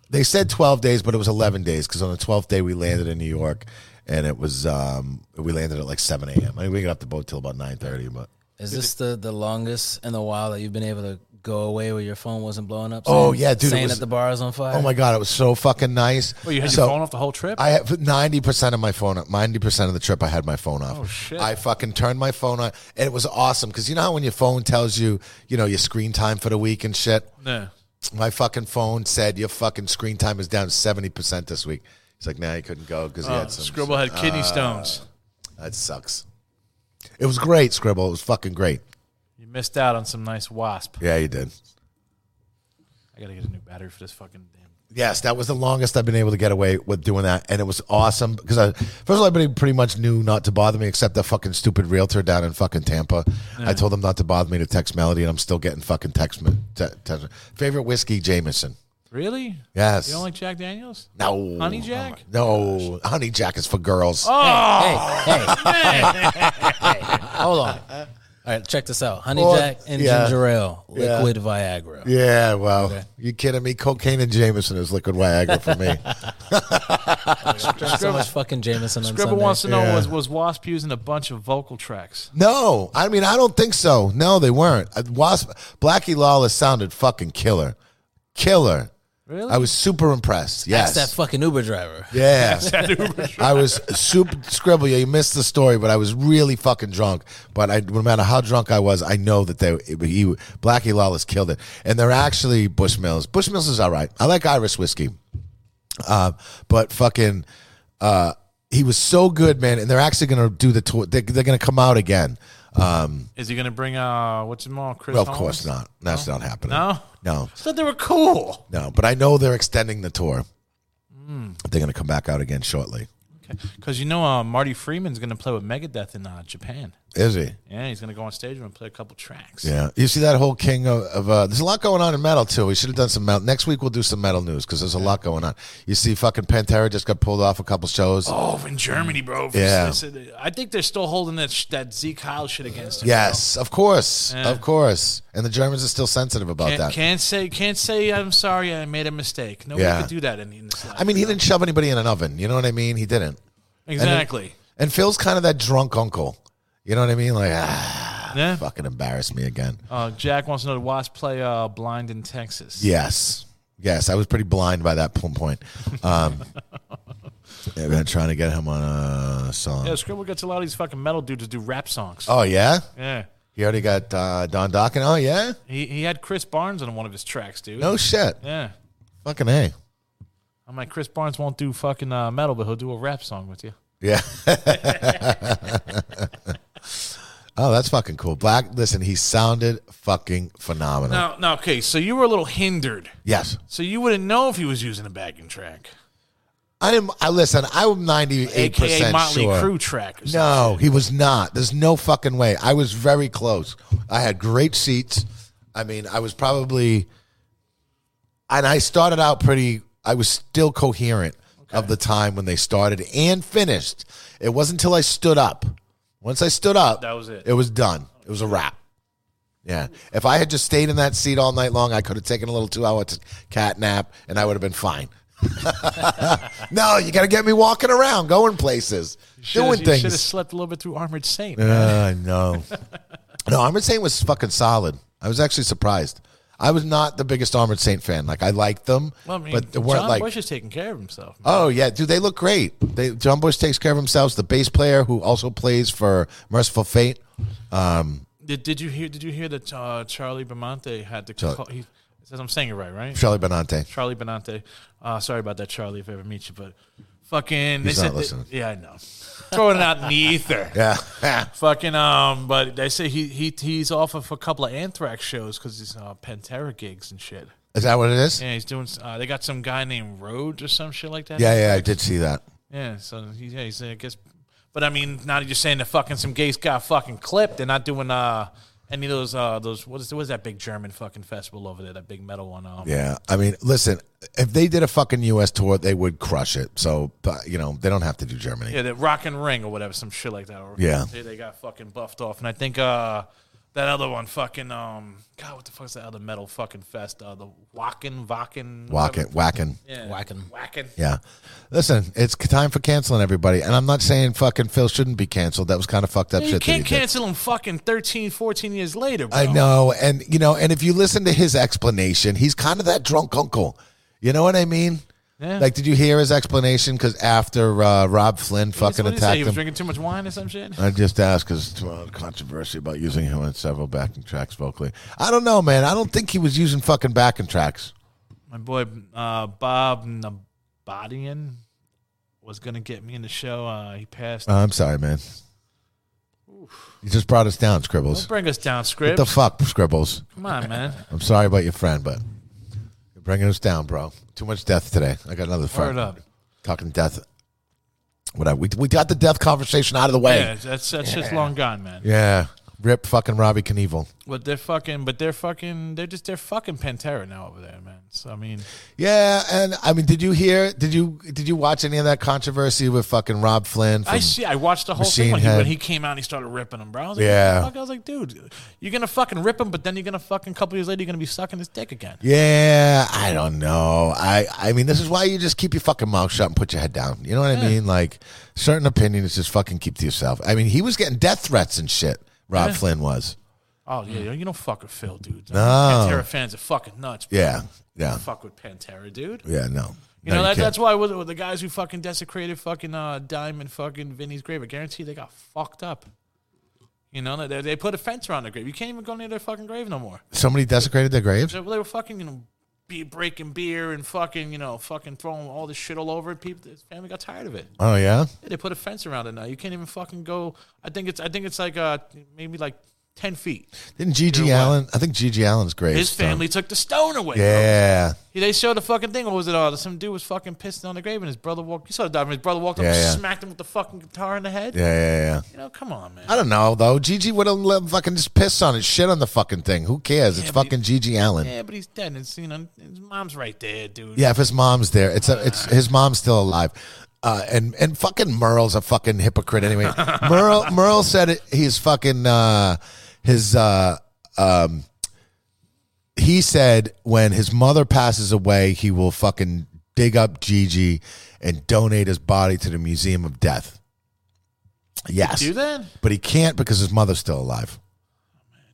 Speaker 3: they said twelve days, but it was eleven days because on the twelfth day we landed in New York, and it was um we landed at like seven a.m. I mean, we got off the boat till about nine thirty, but.
Speaker 5: Is this the, the longest in a while that you've been able to go away where your phone wasn't blowing up?
Speaker 3: Oh,
Speaker 5: saying-
Speaker 3: yeah, dude, it
Speaker 5: Saying
Speaker 3: was-
Speaker 5: that the bar is on fire.
Speaker 3: Oh my god, it was so fucking nice.
Speaker 4: Well, you had
Speaker 3: so
Speaker 4: your phone off the whole trip.
Speaker 3: I have ninety percent of my phone up. Ninety percent of the trip, I had my phone off. Oh
Speaker 4: shit.
Speaker 3: I fucking turned my phone on, and it was awesome because you know how when your phone tells you, you know, your screen time for the week and shit.
Speaker 4: yeah.
Speaker 3: My fucking phone said your fucking screen time is down seventy percent this week. He's like, nah, he couldn't go because he
Speaker 4: Uh,
Speaker 3: had some.
Speaker 4: Scribble had kidney stones.
Speaker 3: That sucks. It was great, Scribble. It was fucking great.
Speaker 4: You missed out on some nice wasp.
Speaker 3: Yeah, you did.
Speaker 4: I gotta get a new battery for this fucking damn.
Speaker 3: Yes, that was the longest I've been able to get away with doing that, and it was awesome because I first of all everybody pretty much knew not to bother me except that fucking stupid realtor down in fucking Tampa. I told them not to bother me to text Melody, and I'm still getting fucking text. me- Te- text. Favorite whiskey, Jameson.
Speaker 4: Really?
Speaker 3: Yes.
Speaker 4: You don't like Jack Daniels?
Speaker 3: no Oh
Speaker 4: Honey Jack?
Speaker 3: No, Honey Jack is for girls.
Speaker 5: Hey, hey, hey, hey,
Speaker 3: <laughs>
Speaker 5: hold on. All right, check this out. Honey
Speaker 3: Well,
Speaker 5: Jack and
Speaker 3: yeah.
Speaker 5: ginger ale,
Speaker 3: Yeah.
Speaker 5: liquid Viagra.
Speaker 3: Yeah, well, you kidding me? Cocaine and Jameson is liquid Viagra for <laughs> me.
Speaker 5: Drank so much fucking Jameson on
Speaker 4: Scribble
Speaker 5: Sunday.
Speaker 4: wants to know
Speaker 3: Yeah.
Speaker 4: was was Wasp using a bunch of vocal tracks?
Speaker 3: No, I mean I don't think so. No, they weren't. Uh, Wasp, Blackie Lawless sounded fucking killer, killer.
Speaker 4: Really?
Speaker 3: I was super impressed. Yes,
Speaker 5: That's that fucking Uber driver. <laughs>
Speaker 3: yeah. I was super scribble. Yeah, you missed the story, but I was really fucking drunk. But I, no matter how drunk I was, I know that they he Blackie Lawless killed it, and they're actually Bushmills. Bushmills is all right. I like Irish whiskey, um, but fucking. Uh, he was so good, man, and they're actually gonna do the tour. They, they're gonna come out again. Um,
Speaker 4: Is he gonna bring uh what's his name? Chris?
Speaker 3: well, of
Speaker 4: Holmes?
Speaker 3: course not. That's not happening.
Speaker 4: No?
Speaker 3: no,
Speaker 4: I thought they were cool.
Speaker 3: no. But I know they're extending the tour.
Speaker 4: Hmm.
Speaker 3: They're going to come back out again shortly.
Speaker 4: Because you know uh, Marty Freeman's gonna play with Megadeth in uh, Japan.
Speaker 3: Is he?
Speaker 4: Yeah, he's gonna go on stage with 'em and play a couple tracks.
Speaker 3: Yeah. You see that whole king of, of uh, there's a lot going on in metal too. We should have done some metal. Next week we'll do some metal news because there's a lot going on. You see, fucking Pantera just got pulled off a couple shows.
Speaker 4: Oh, in Germany, bro.
Speaker 3: Yeah.
Speaker 4: This- this- I think they're still holding that sh- that Zeke Kyle shit against him.
Speaker 3: yes, of course,
Speaker 4: Yeah.
Speaker 3: of course. And the Germans are still sensitive about
Speaker 4: Can't,
Speaker 3: that.
Speaker 4: can't say can't say I'm sorry. I made a mistake. Nobody
Speaker 3: Yeah.
Speaker 4: could do that in, in this life.
Speaker 3: I mean, he didn't shove anybody in an oven. You know what I mean? He didn't.
Speaker 4: exactly.
Speaker 3: And Phil's kind of that drunk uncle. You know what I mean? Like, ah,
Speaker 4: Yeah.
Speaker 3: fucking embarrass me again.
Speaker 4: Uh, Jack wants to know the Wasp play uh, blind in Texas.
Speaker 3: Yes. Yes. I was pretty blind by that pl- point. Um, <laughs> yeah, we were trying to get him on a song.
Speaker 4: Yeah, Scribble gets a lot of these fucking metal dudes to do rap songs.
Speaker 3: Oh, yeah?
Speaker 4: Yeah.
Speaker 3: He already got uh, Don Dockin. Oh, yeah?
Speaker 4: He he had Chris Barnes on one of his tracks, dude.
Speaker 3: No shit.
Speaker 4: Yeah.
Speaker 3: Fucking A.
Speaker 4: I'm like, Chris Barnes won't do fucking uh, metal, but he'll do a rap song with you.
Speaker 3: Yeah. <laughs> oh, that's fucking cool. Black, listen, he sounded fucking phenomenal.
Speaker 4: Now, now, okay, so you were a little hindered.
Speaker 3: Yes.
Speaker 4: So you wouldn't know if he was using a backing track,
Speaker 3: I am, I listen, I am 98%
Speaker 4: aka Motley
Speaker 3: sure.
Speaker 4: Crue track. Or something.
Speaker 3: No, he was not. There's no fucking way. I was very close. I had great seats. I mean, I was probably, and I started out pretty. I was still coherent of the time when they started and finished. It wasn't until I stood up. Once I stood up,
Speaker 4: That was it.
Speaker 3: It was done. It was a wrap. Yeah. If I had just stayed in that seat all night long, I could have taken a little two-hour t- cat nap, and I would have been fine. <laughs> no, you got to get me walking around, going places, doing
Speaker 4: Should have
Speaker 3: things.
Speaker 4: slept a little bit through Armored Saint.
Speaker 3: Uh,
Speaker 4: <laughs>
Speaker 3: no. no, Armored Saint was fucking solid. I was actually surprised. I was not the biggest Armored Saint fan. Like I liked them,
Speaker 4: Well, I mean,
Speaker 3: but they
Speaker 4: John
Speaker 3: weren't like.
Speaker 4: Bush is taking care of himself.
Speaker 3: oh yeah, dude, they look great. They, John Bush takes care of himself. The bass player who also plays for Merciful Fate.
Speaker 4: Did, did you hear? Did you hear that uh, Charlie Bemonte had to call? He says I'm saying it right, right?
Speaker 3: Charlie Benante.
Speaker 4: Charlie Benante. Uh, sorry about that, Charlie, if I ever meet you, but fucking.
Speaker 3: He's
Speaker 4: they
Speaker 3: not
Speaker 4: said that-
Speaker 3: listening.
Speaker 4: yeah, I know. Throwing it out
Speaker 3: <laughs>
Speaker 4: in the ether.
Speaker 3: Yeah,
Speaker 4: Fucking um, but they say he he he's off of a couple of Anthrax shows because he's uh, Pantera gigs and shit.
Speaker 3: Is that what it is? Yeah,
Speaker 4: Yeah, he's doing. Uh, they got some guy named Rhodes or some shit like that.
Speaker 3: yeah, I did see that.
Speaker 4: Yeah, so he, yeah, he's, I guess. But I mean, now you're saying that fucking some gays got fucking clipped. They're not doing uh any of those uh those what is what is that big German fucking festival over there? That big metal one. Um,
Speaker 3: Yeah, I mean, listen, if they did a fucking U.S. tour, they would crush it. So, but, you know, they don't have to do Germany.
Speaker 4: yeah, that Rock and Ring or whatever, some shit like that. Or-
Speaker 3: Yeah.
Speaker 4: they, they got fucking buffed off, and I think uh that other one fucking um God, what the fuck's that other metal fucking fest? Uh, the Wacken Wacken
Speaker 3: Walk
Speaker 4: whatever.
Speaker 3: it, whacking.
Speaker 4: yeah.
Speaker 5: Wacken.
Speaker 4: Wacken.
Speaker 3: Yeah. Listen, it's c- time for canceling everybody. And I'm not saying fucking Phil shouldn't be canceled. That was kind of fucked up
Speaker 4: You
Speaker 3: shit. that
Speaker 4: can't
Speaker 3: he did.
Speaker 4: cancel him fucking 13, 14 years later, bro.
Speaker 3: I know. And, you know, and if you listen to his explanation, he's kind of that drunk uncle. You know what I mean?
Speaker 4: Yeah.
Speaker 3: Like, did you hear his explanation? Because after uh, Rob Flynn
Speaker 4: That's
Speaker 3: fucking
Speaker 4: what he said.
Speaker 3: attacked
Speaker 4: He was
Speaker 3: him.
Speaker 4: drinking too much wine or some shit.
Speaker 3: I just asked because it's uh, controversy about using him on several backing tracks vocally. I don't know, man. I don't think he was using fucking backing tracks.
Speaker 4: my boy uh, Bob Nabadian was gonna get me in the show. Uh, he passed.
Speaker 3: Uh, I'm sorry, man. You just brought us down,
Speaker 4: Don't
Speaker 3: Scribbles.
Speaker 4: bring us down,
Speaker 3: What
Speaker 4: script.
Speaker 3: the fuck, Scribbles?
Speaker 4: Come
Speaker 3: <laughs>
Speaker 4: on, man.
Speaker 3: I'm sorry about your friend, but you're bringing us down, bro. Too much death today. I got another friend.
Speaker 4: Word up.
Speaker 3: Talking death. Whatever. We, we got the death conversation out of the way.
Speaker 4: Yeah, that's that's just long gone, man.
Speaker 3: Yeah. Rip fucking Robbie Knievel.
Speaker 4: But they're fucking. But they're fucking. They're just they're fucking Pantera now over there, man. So I mean,
Speaker 3: Yeah, and I mean, did you hear? Did you did you watch any of that controversy with fucking Rob Flynn?
Speaker 4: I
Speaker 3: from-
Speaker 4: see. I watched the whole
Speaker 3: Machine
Speaker 4: thing when he,
Speaker 3: Head.
Speaker 4: when he came out. and He started ripping him, bro. I was like,
Speaker 3: Yeah.
Speaker 4: what the fuck? I was like, dude, you're gonna fucking rip him, but then you're gonna fucking a couple years later, you're gonna be sucking his dick again.
Speaker 3: Yeah, I don't know. I I mean, this is why you just keep your fucking mouth shut and put your head down. You know what I mean? Like certain opinions, just fucking keep to yourself. I mean, he was getting death threats and shit. Rob Flynn was.
Speaker 4: Oh yeah, you don't fuck with Phil, dude.
Speaker 3: Hmm.
Speaker 4: No.
Speaker 3: No.
Speaker 4: Pantera fans are fucking nuts. Bro.
Speaker 3: Yeah, yeah,
Speaker 4: Fuck with Pantera, dude.
Speaker 3: yeah. No,
Speaker 4: You know, that, that's why with, with the guys who fucking desecrated fucking uh, Diamond fucking Vinny's grave, I guarantee they got fucked up. You know, they, they put a fence around their grave. You can't even go near their fucking grave no more.
Speaker 3: somebody desecrated their graves.
Speaker 4: They, they were fucking, you know, be breaking beer and fucking, you know, fucking throwing all this shit all over. People, his family got tired of it.
Speaker 3: Oh yeah,
Speaker 4: Yeah, they put a fence around it now. You can't even fucking go. I think it's, I think it's like, uh, maybe like ten feet.
Speaker 3: didn't Gigi
Speaker 4: You're what?
Speaker 3: Allen? I think Gigi Allen's grave.
Speaker 4: His family took the stone away. bro.
Speaker 3: Yeah,
Speaker 4: They showed the fucking thing. What was it? Oh, some dude was fucking pissing on the grave, and his brother walked. You saw the diamond. His brother walked up,
Speaker 3: Yeah, yeah.
Speaker 4: smacked him with the fucking guitar in the head.
Speaker 3: yeah, yeah, yeah.
Speaker 4: You know, come on, man.
Speaker 3: I don't know though. Gigi would have let fucking just piss on it, shit on the fucking thing. Who cares? It's
Speaker 4: but he-
Speaker 3: fucking Gigi Allen.
Speaker 4: Yeah, but he's dead. And it's, you know, his mom's right there, dude.
Speaker 3: Yeah, if his mom's there, it's a, it's his mom's still alive. Uh, and and fucking Merle's a fucking hypocrite anyway. Merle Merle said it, he's fucking uh, his uh, um, he said when his mother passes away, he will fucking dig up Gigi and donate his body to the Museum of Death. Yes,
Speaker 4: Do that?
Speaker 3: but he can't because his mother's still alive.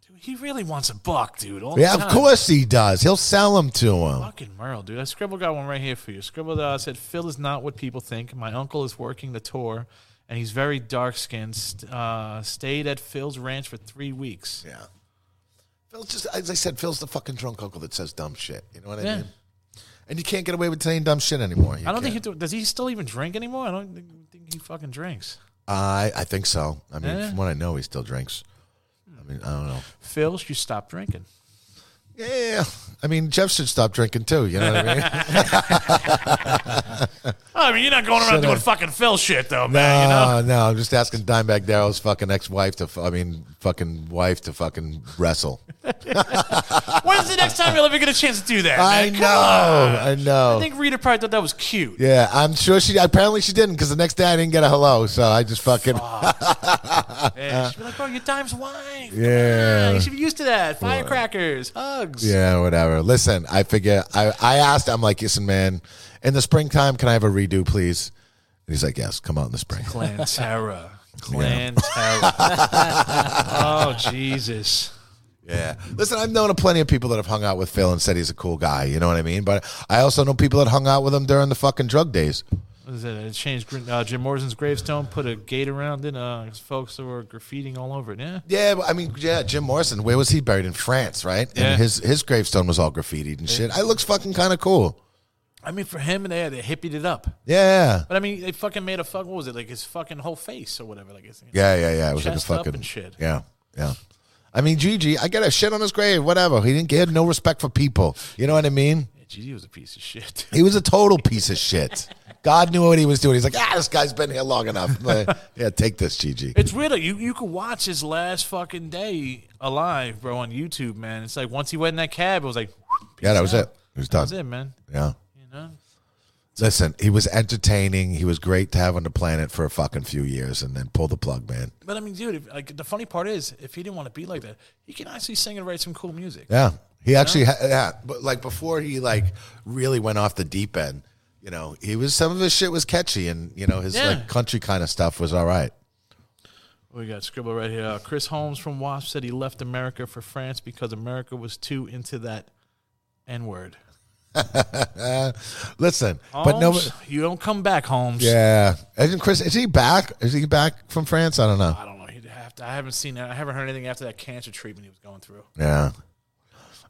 Speaker 4: Dude, he really wants a buck, dude. all the
Speaker 3: Yeah, of
Speaker 4: time.
Speaker 3: course he does. He'll sell him to him.
Speaker 4: Fucking Merle, dude. I scribble got one right here for you. Scribble uh, said, Phil is not what people think. My uncle is working the tour, and he's very dark skinned. St- uh, stayed at Phil's ranch for three weeks.
Speaker 3: Yeah. Phil's just, as I said, Phil's the fucking drunk uncle that says dumb shit. You know what I
Speaker 4: Yeah.
Speaker 3: mean? And you can't get away with saying dumb shit anymore. You
Speaker 4: I don't think he
Speaker 3: can't.
Speaker 4: do- does. He still even drink anymore? I don't think- think he fucking drinks.
Speaker 3: I, I think so. I mean,
Speaker 4: Yeah. Hmm.
Speaker 3: from what I know, he still drinks. I mean, I don't know.
Speaker 4: Phil, you stop drinking.
Speaker 3: Yeah. I mean, Jeff should stop drinking too. You know what I
Speaker 4: <laughs>
Speaker 3: mean? <laughs>
Speaker 4: I mean, you're not going around
Speaker 3: Shut
Speaker 4: doing
Speaker 3: up.
Speaker 4: fucking Phil shit, though, man. You know?
Speaker 3: No, no. I'm just asking Dimebag Darrell's fucking ex wife to, f- I mean, fucking wife to fucking wrestle.
Speaker 4: When's the next time you'll ever get a chance to do that?
Speaker 3: I know.
Speaker 4: man? Come on.
Speaker 3: I know.
Speaker 4: I think Rita probably thought that was cute.
Speaker 3: yeah, I'm sure she, apparently she didn't because the next day I didn't get a hello. So I just fucking,
Speaker 4: Yeah, She'd be like, bro, your dime's wine.
Speaker 3: yeah.
Speaker 4: You should be used to that. Firecrackers, hugs.
Speaker 3: Yeah, whatever. Listen, I figure I, I asked, I'm like, listen, man, in the springtime, can I have a redo, please? And he's like, yes, come out in the <laughs> spring. <laughs>
Speaker 4: Clantera. Clantera. oh, Jesus.
Speaker 3: Yeah. Listen, I've known of plenty of people that have hung out with Phil and said he's a cool guy. You know what I mean? But I also know people that hung out with him during the fucking drug days.
Speaker 4: What is it? It changed gr- uh, Jim Morrison's gravestone, put a gate around it. Uh, folks that were graffitiing all over it. Yeah.
Speaker 3: Yeah, but I mean, yeah, Jim Morrison, where was he buried? In France, right?
Speaker 4: Yeah.
Speaker 3: And his, his gravestone was all graffitied and shit. It looks fucking kind of cool.
Speaker 4: I mean, for him, they, they hippied it up.
Speaker 3: Yeah.
Speaker 4: But I mean, they fucking made a fuck. What was it? Like his fucking whole face or whatever. Like his,
Speaker 3: Yeah, yeah, yeah. It was
Speaker 4: Chest
Speaker 3: like a
Speaker 4: up
Speaker 3: fucking
Speaker 4: and shit.
Speaker 3: Yeah, yeah. I mean, Gigi, I get a shit on his grave, whatever. He didn't get no respect for people. You know what I mean?
Speaker 4: Yeah, Gigi was a piece of shit. <laughs>
Speaker 3: He was a total piece of shit. God knew what he was doing. He's like, ah, this guy's been here long enough. Like, <laughs> yeah, take this, Gigi.
Speaker 4: It's weird. though. You you can watch his last fucking day alive, bro, on YouTube, man. It's like once he went in that cab, it was like
Speaker 3: Yeah, that was it. He was done.
Speaker 4: that's it, man.
Speaker 3: Yeah.
Speaker 4: You know,
Speaker 3: Listen, he was entertaining. He was great to have on the planet for a fucking few years and then pull the plug, man.
Speaker 4: but I mean, dude, if, like the funny part is, if he didn't want to be like that, he can actually sing and write some cool music.
Speaker 3: Yeah. He actually, ha- yeah, but like before he like really went off the deep end, you know, he was, some of his shit was catchy and, you know, his
Speaker 4: Yeah.
Speaker 3: like country kind of stuff was all right. <laughs>
Speaker 4: We got scribble right here. Uh, Chris Holmes from Wasp said he left America for France because America was too into that N word.
Speaker 3: Listen, but no,
Speaker 4: you don't come back, Holmes.
Speaker 3: yeah. Isn't Chris, is he back? Is he back from France? I don't know.
Speaker 4: I don't know. He'd have to. I haven't seen that. I haven't heard anything after that cancer treatment he was going through.
Speaker 3: Yeah.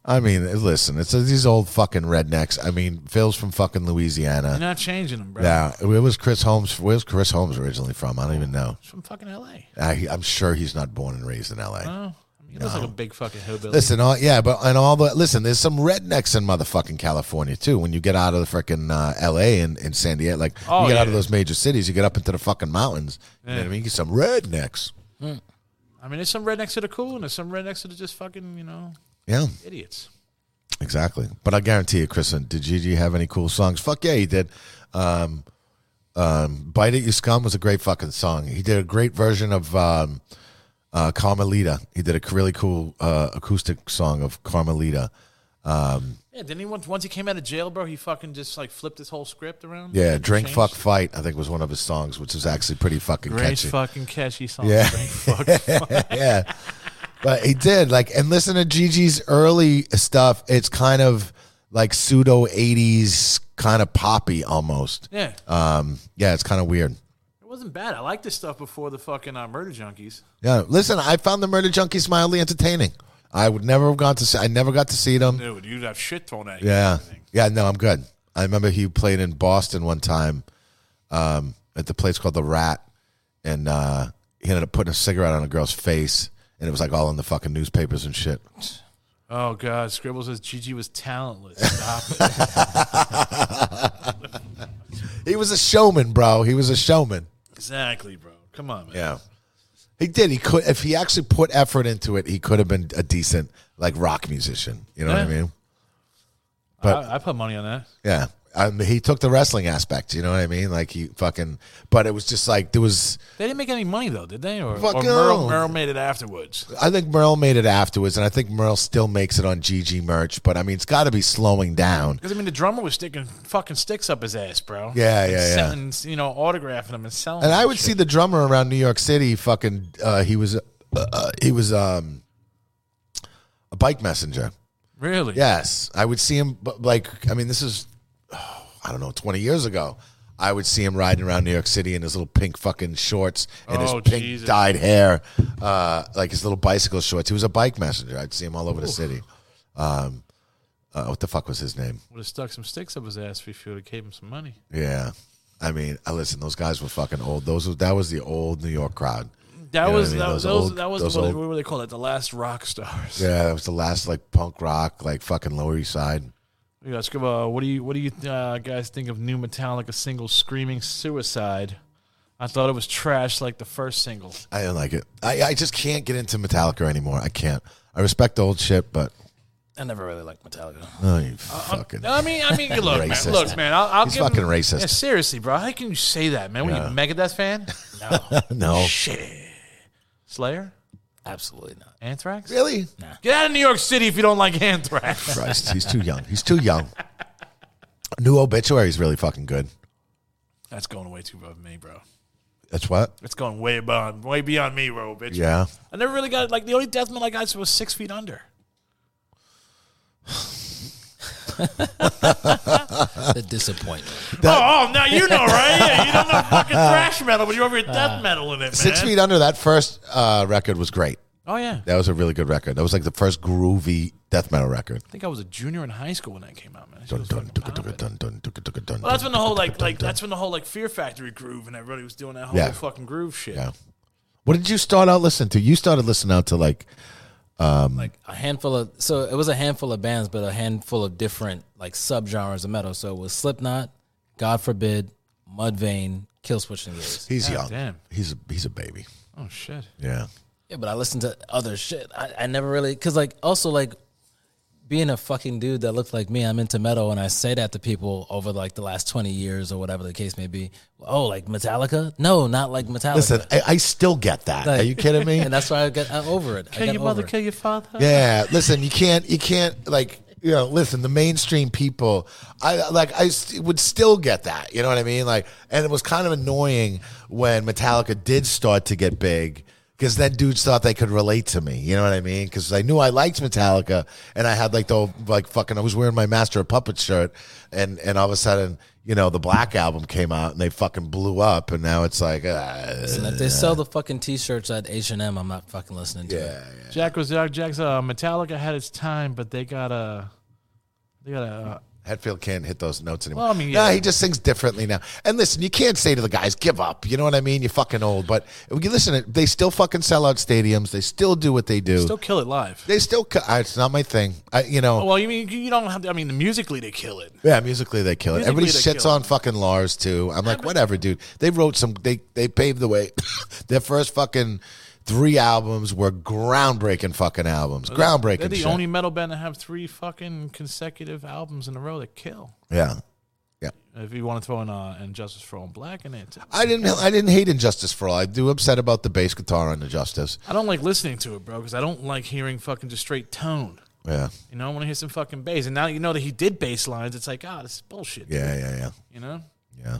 Speaker 3: I mean, listen, it's these old fucking rednecks. I mean, Phil's from fucking Louisiana.
Speaker 4: You're not changing him, bro.
Speaker 3: Yeah, where was Chris Holmes? Where's Chris Holmes originally from? I don't even know.
Speaker 4: He's from fucking L.A.
Speaker 3: I, I'm sure he's not born and raised in L.A.
Speaker 4: Oh, I mean, he looks like a big fucking hillbilly.
Speaker 3: Listen, all, yeah, but and all the listen, there's some rednecks in motherfucking California too. When you get out of the freaking uh, L.A. and, and San Diego, like
Speaker 4: Oh,
Speaker 3: you get
Speaker 4: yeah.
Speaker 3: out of those major cities, you get up into the fucking mountains. You know what I mean? You get some rednecks.
Speaker 4: I mean, there's some rednecks that are cool, and there's some rednecks that are just fucking, you know,
Speaker 3: Yeah,
Speaker 4: idiots.
Speaker 3: exactly. But I guarantee you, Chris, did Gigi have any cool songs? Fuck yeah, he did. Um, um, "Bite It, You Scum" was a great fucking song. He did a great version of. Um, uh, Carmelita. He did a really cool uh, acoustic song of Carmelita.
Speaker 4: Yeah, didn't he once, once he came out of jail, bro? He fucking just like flipped his whole script around.
Speaker 3: Yeah,
Speaker 4: Like,
Speaker 3: Drink,
Speaker 4: changed-
Speaker 3: Fuck, Fight, I think was one of his songs, which is actually pretty fucking
Speaker 4: Great
Speaker 3: catchy.
Speaker 4: fucking catchy song.
Speaker 3: Yeah.
Speaker 4: Drink, fuck,
Speaker 3: <laughs> yeah. But he did. like, And listen to Gigi's early stuff. It's kind of like pseudo 80s, kind of poppy almost.
Speaker 4: yeah.
Speaker 3: Um, yeah, it's kind of weird.
Speaker 4: It wasn't bad. I liked this stuff before the fucking uh, Murder Junkies.
Speaker 3: Yeah, listen, I found the Murder Junkies mildly entertaining. I would never have gone to see, I never got to see them.
Speaker 4: Dude, you'd have shit thrown at you.
Speaker 3: Yeah. Yeah, no, I'm good. I remember he played in Boston one time um, at the place called The Rat, and uh, he ended up putting a cigarette on a girl's face, and it was like all in the fucking newspapers and shit.
Speaker 4: Oh god, Scribble says Gigi was
Speaker 3: <laughs>
Speaker 4: talentless. Stop it.
Speaker 3: He was a showman, bro. He was a showman.
Speaker 4: exactly, bro. Come on, man.
Speaker 3: Yeah. He did. He could, if he actually put effort into it, he could have been a decent, like, rock musician. You know what I
Speaker 4: Yeah.
Speaker 3: mean? But-
Speaker 4: I, I put money on that.
Speaker 3: Yeah. Um, he took the wrestling aspect, you know what I mean? Like, he fucking, but it was just like, there was,
Speaker 4: They didn't make any money though, did they? Or,
Speaker 3: Fuck
Speaker 4: or
Speaker 3: no.
Speaker 4: Merle, Merle made it afterwards.
Speaker 3: I think Merle made it afterwards, and I think Merle still makes it on GG merch. But I mean, it's got to be slowing down.
Speaker 4: Because I mean, the drummer was sticking fucking sticks up his ass, bro.
Speaker 3: Yeah,
Speaker 4: And
Speaker 3: yeah, yeah.
Speaker 4: selling, you know, autographing them and selling.
Speaker 3: And
Speaker 4: them
Speaker 3: I would
Speaker 4: shit.
Speaker 3: see the drummer around New York City. Fucking, uh, he was, uh, uh, he was um, a bike messenger.
Speaker 4: really.
Speaker 3: Yes, I would see him. But like, I mean, this is, <sighs> oh, I don't know, twenty years ago. I would see him riding around New York City in his little pink fucking shorts and
Speaker 4: Oh,
Speaker 3: his pink
Speaker 4: Jesus.
Speaker 3: dyed hair, uh, like his little bicycle shorts. He was a bike messenger. I'd see him all over the city. Um, uh, what the fuck was his name?
Speaker 4: Would have stuck some sticks up his ass if you would have gave him some money.
Speaker 3: Yeah. I mean, I listen, those guys were fucking old. Those were- that was the old New York crowd.
Speaker 4: That
Speaker 3: You know what
Speaker 4: was
Speaker 3: I mean?
Speaker 4: that,
Speaker 3: Those
Speaker 4: was those,
Speaker 3: old-
Speaker 4: that was
Speaker 3: those
Speaker 4: what,
Speaker 3: old-
Speaker 4: what were they called? It the last rock stars.
Speaker 3: Yeah, that was the last like punk rock, like fucking Lower East Side.
Speaker 4: We got Scribble. What do you what do you uh, guys think of new Metallica single "Screaming Suicide"? I thought it was trash like the first single.
Speaker 3: I didn't like it. I, I just can't get into Metallica anymore. I can't. I respect the old shit, but
Speaker 5: I never really liked Metallica.
Speaker 3: oh, you fucking.
Speaker 4: I mean, I mean, you look, man,
Speaker 3: Racist.
Speaker 4: look, man. I'll, I'll
Speaker 3: He's
Speaker 4: give him-
Speaker 3: fucking racist.
Speaker 4: Yeah, seriously, bro. How can you say that, man? What Are you a Megadeth fan?
Speaker 3: <laughs>
Speaker 4: No.
Speaker 3: <laughs> no.
Speaker 4: Shit. Slayer,
Speaker 5: Absolutely not.
Speaker 4: Anthrax.
Speaker 3: Really?
Speaker 4: Get out of New York City if you don't like Anthrax. <laughs>
Speaker 3: Christ, he's too young. He's too young. New obituary is really fucking good.
Speaker 4: That's going way too above me, bro.
Speaker 3: That's what?
Speaker 4: It's going way beyond, way beyond me, bro, bitch.
Speaker 3: Yeah.
Speaker 4: I never really got like the only death metal I got was six
Speaker 3: <laughs>
Speaker 4: feet under.
Speaker 5: The disappointment.
Speaker 4: oh, oh, now you know, right? Yeah,
Speaker 3: <laughs>
Speaker 4: you don't know fucking thrash metal, but you're over here death metal in it, man.
Speaker 3: Six Feet Under, that first uh, record was great.
Speaker 4: Oh yeah, I
Speaker 3: That was a really good record. That was like the first groovy death metal record.
Speaker 4: think I was a junior in high school when that came out, man. That shit
Speaker 3: Dun,
Speaker 4: was
Speaker 3: dun,
Speaker 4: fucking
Speaker 3: dun, dun,
Speaker 4: poppin'.
Speaker 3: dun, dun, dun, dun, dun,
Speaker 4: Well, that's when the whole like like
Speaker 3: dun, dun.
Speaker 4: that's when the whole like Fear Factory groove and everybody was doing that whole
Speaker 3: Yeah.
Speaker 4: fucking groove shit.
Speaker 3: Yeah. What did you start out listening to? You started listening out to like
Speaker 5: like a handful of so it was a handful of bands, but a handful of different like subgenres of metal. So it was Slipknot, God forbid, Mudvayne, Killswitch Engage.
Speaker 3: He's young.
Speaker 4: damn.
Speaker 3: He's a, he's a baby.
Speaker 4: Oh shit.
Speaker 3: Yeah.
Speaker 5: Yeah, but I listened to other shit. I, I never really because like also like being a fucking dude that looked like me, I'm into metal, and I say that to people over like the last twenty years or whatever the case may be. Oh, like Metallica? No, not like Metallica.
Speaker 3: Listen, I, I still get that.
Speaker 5: Oh, Like-
Speaker 3: Are you kidding me?
Speaker 5: and that's why <laughs> I get uh, over it. I
Speaker 4: Kill
Speaker 5: got
Speaker 4: your mother,
Speaker 5: over it.
Speaker 4: kill your father.
Speaker 3: Yeah, listen, you can't, you can't like, you know, listen, the mainstream people, I like, I st- would still get that, you know what I mean? Like, and it was kind of annoying when Metallica did start to get big because then dudes thought they could relate to me, you know what I mean? Because I knew I liked Metallica and I had like the like fucking, I was wearing my Master of Puppets shirt and and all of a sudden. You know, the Black album came out and they fucking blew up, and now it's like, uh,
Speaker 5: And if they sell the fucking t-shirts at H and M, I'm not fucking listening to it.
Speaker 4: Jack was Jack. Jack's uh, Metallica had its time, but they got a. They got uh, a.
Speaker 3: Hetfield can't hit those notes anymore.
Speaker 4: Well, I mean,
Speaker 3: Nah,
Speaker 4: yeah.
Speaker 3: he just sings differently now. And listen, you can't say to the guys, "Give up." You know what I mean? You're fucking old. But when you listen, they still fucking sell out stadiums. They still do what they do.
Speaker 4: Still kill it live.
Speaker 3: they still. cu- I- It's not my thing. I, you know.
Speaker 4: Well, you mean you don't have to. I mean, musically they kill it.
Speaker 3: yeah, musically they kill it.
Speaker 4: Musically,
Speaker 3: Everybody
Speaker 4: they
Speaker 3: shits
Speaker 4: kill
Speaker 3: on fucking Lars too. I'm like, whatever, dude. They wrote some. They they paved the way. <laughs> Their first fucking three albums were groundbreaking fucking albums. Groundbreaking.
Speaker 4: They're the
Speaker 3: shit.
Speaker 4: only metal band to have three fucking consecutive albums in a row that kill.
Speaker 3: Yeah.
Speaker 4: If you want to throw in uh, Injustice for All Black in it,
Speaker 3: I didn't. I didn't hate Injustice for all. I do upset about the bass guitar on Injustice.
Speaker 4: I don't like listening to it, bro, because I don't like hearing fucking just straight tone.
Speaker 3: Yeah.
Speaker 4: You know, I want to hear some fucking bass. And now you know that he did bass lines. It's like, ah, this is bullshit.
Speaker 3: Yeah. Yeah. Yeah.
Speaker 4: You know,
Speaker 3: Yeah.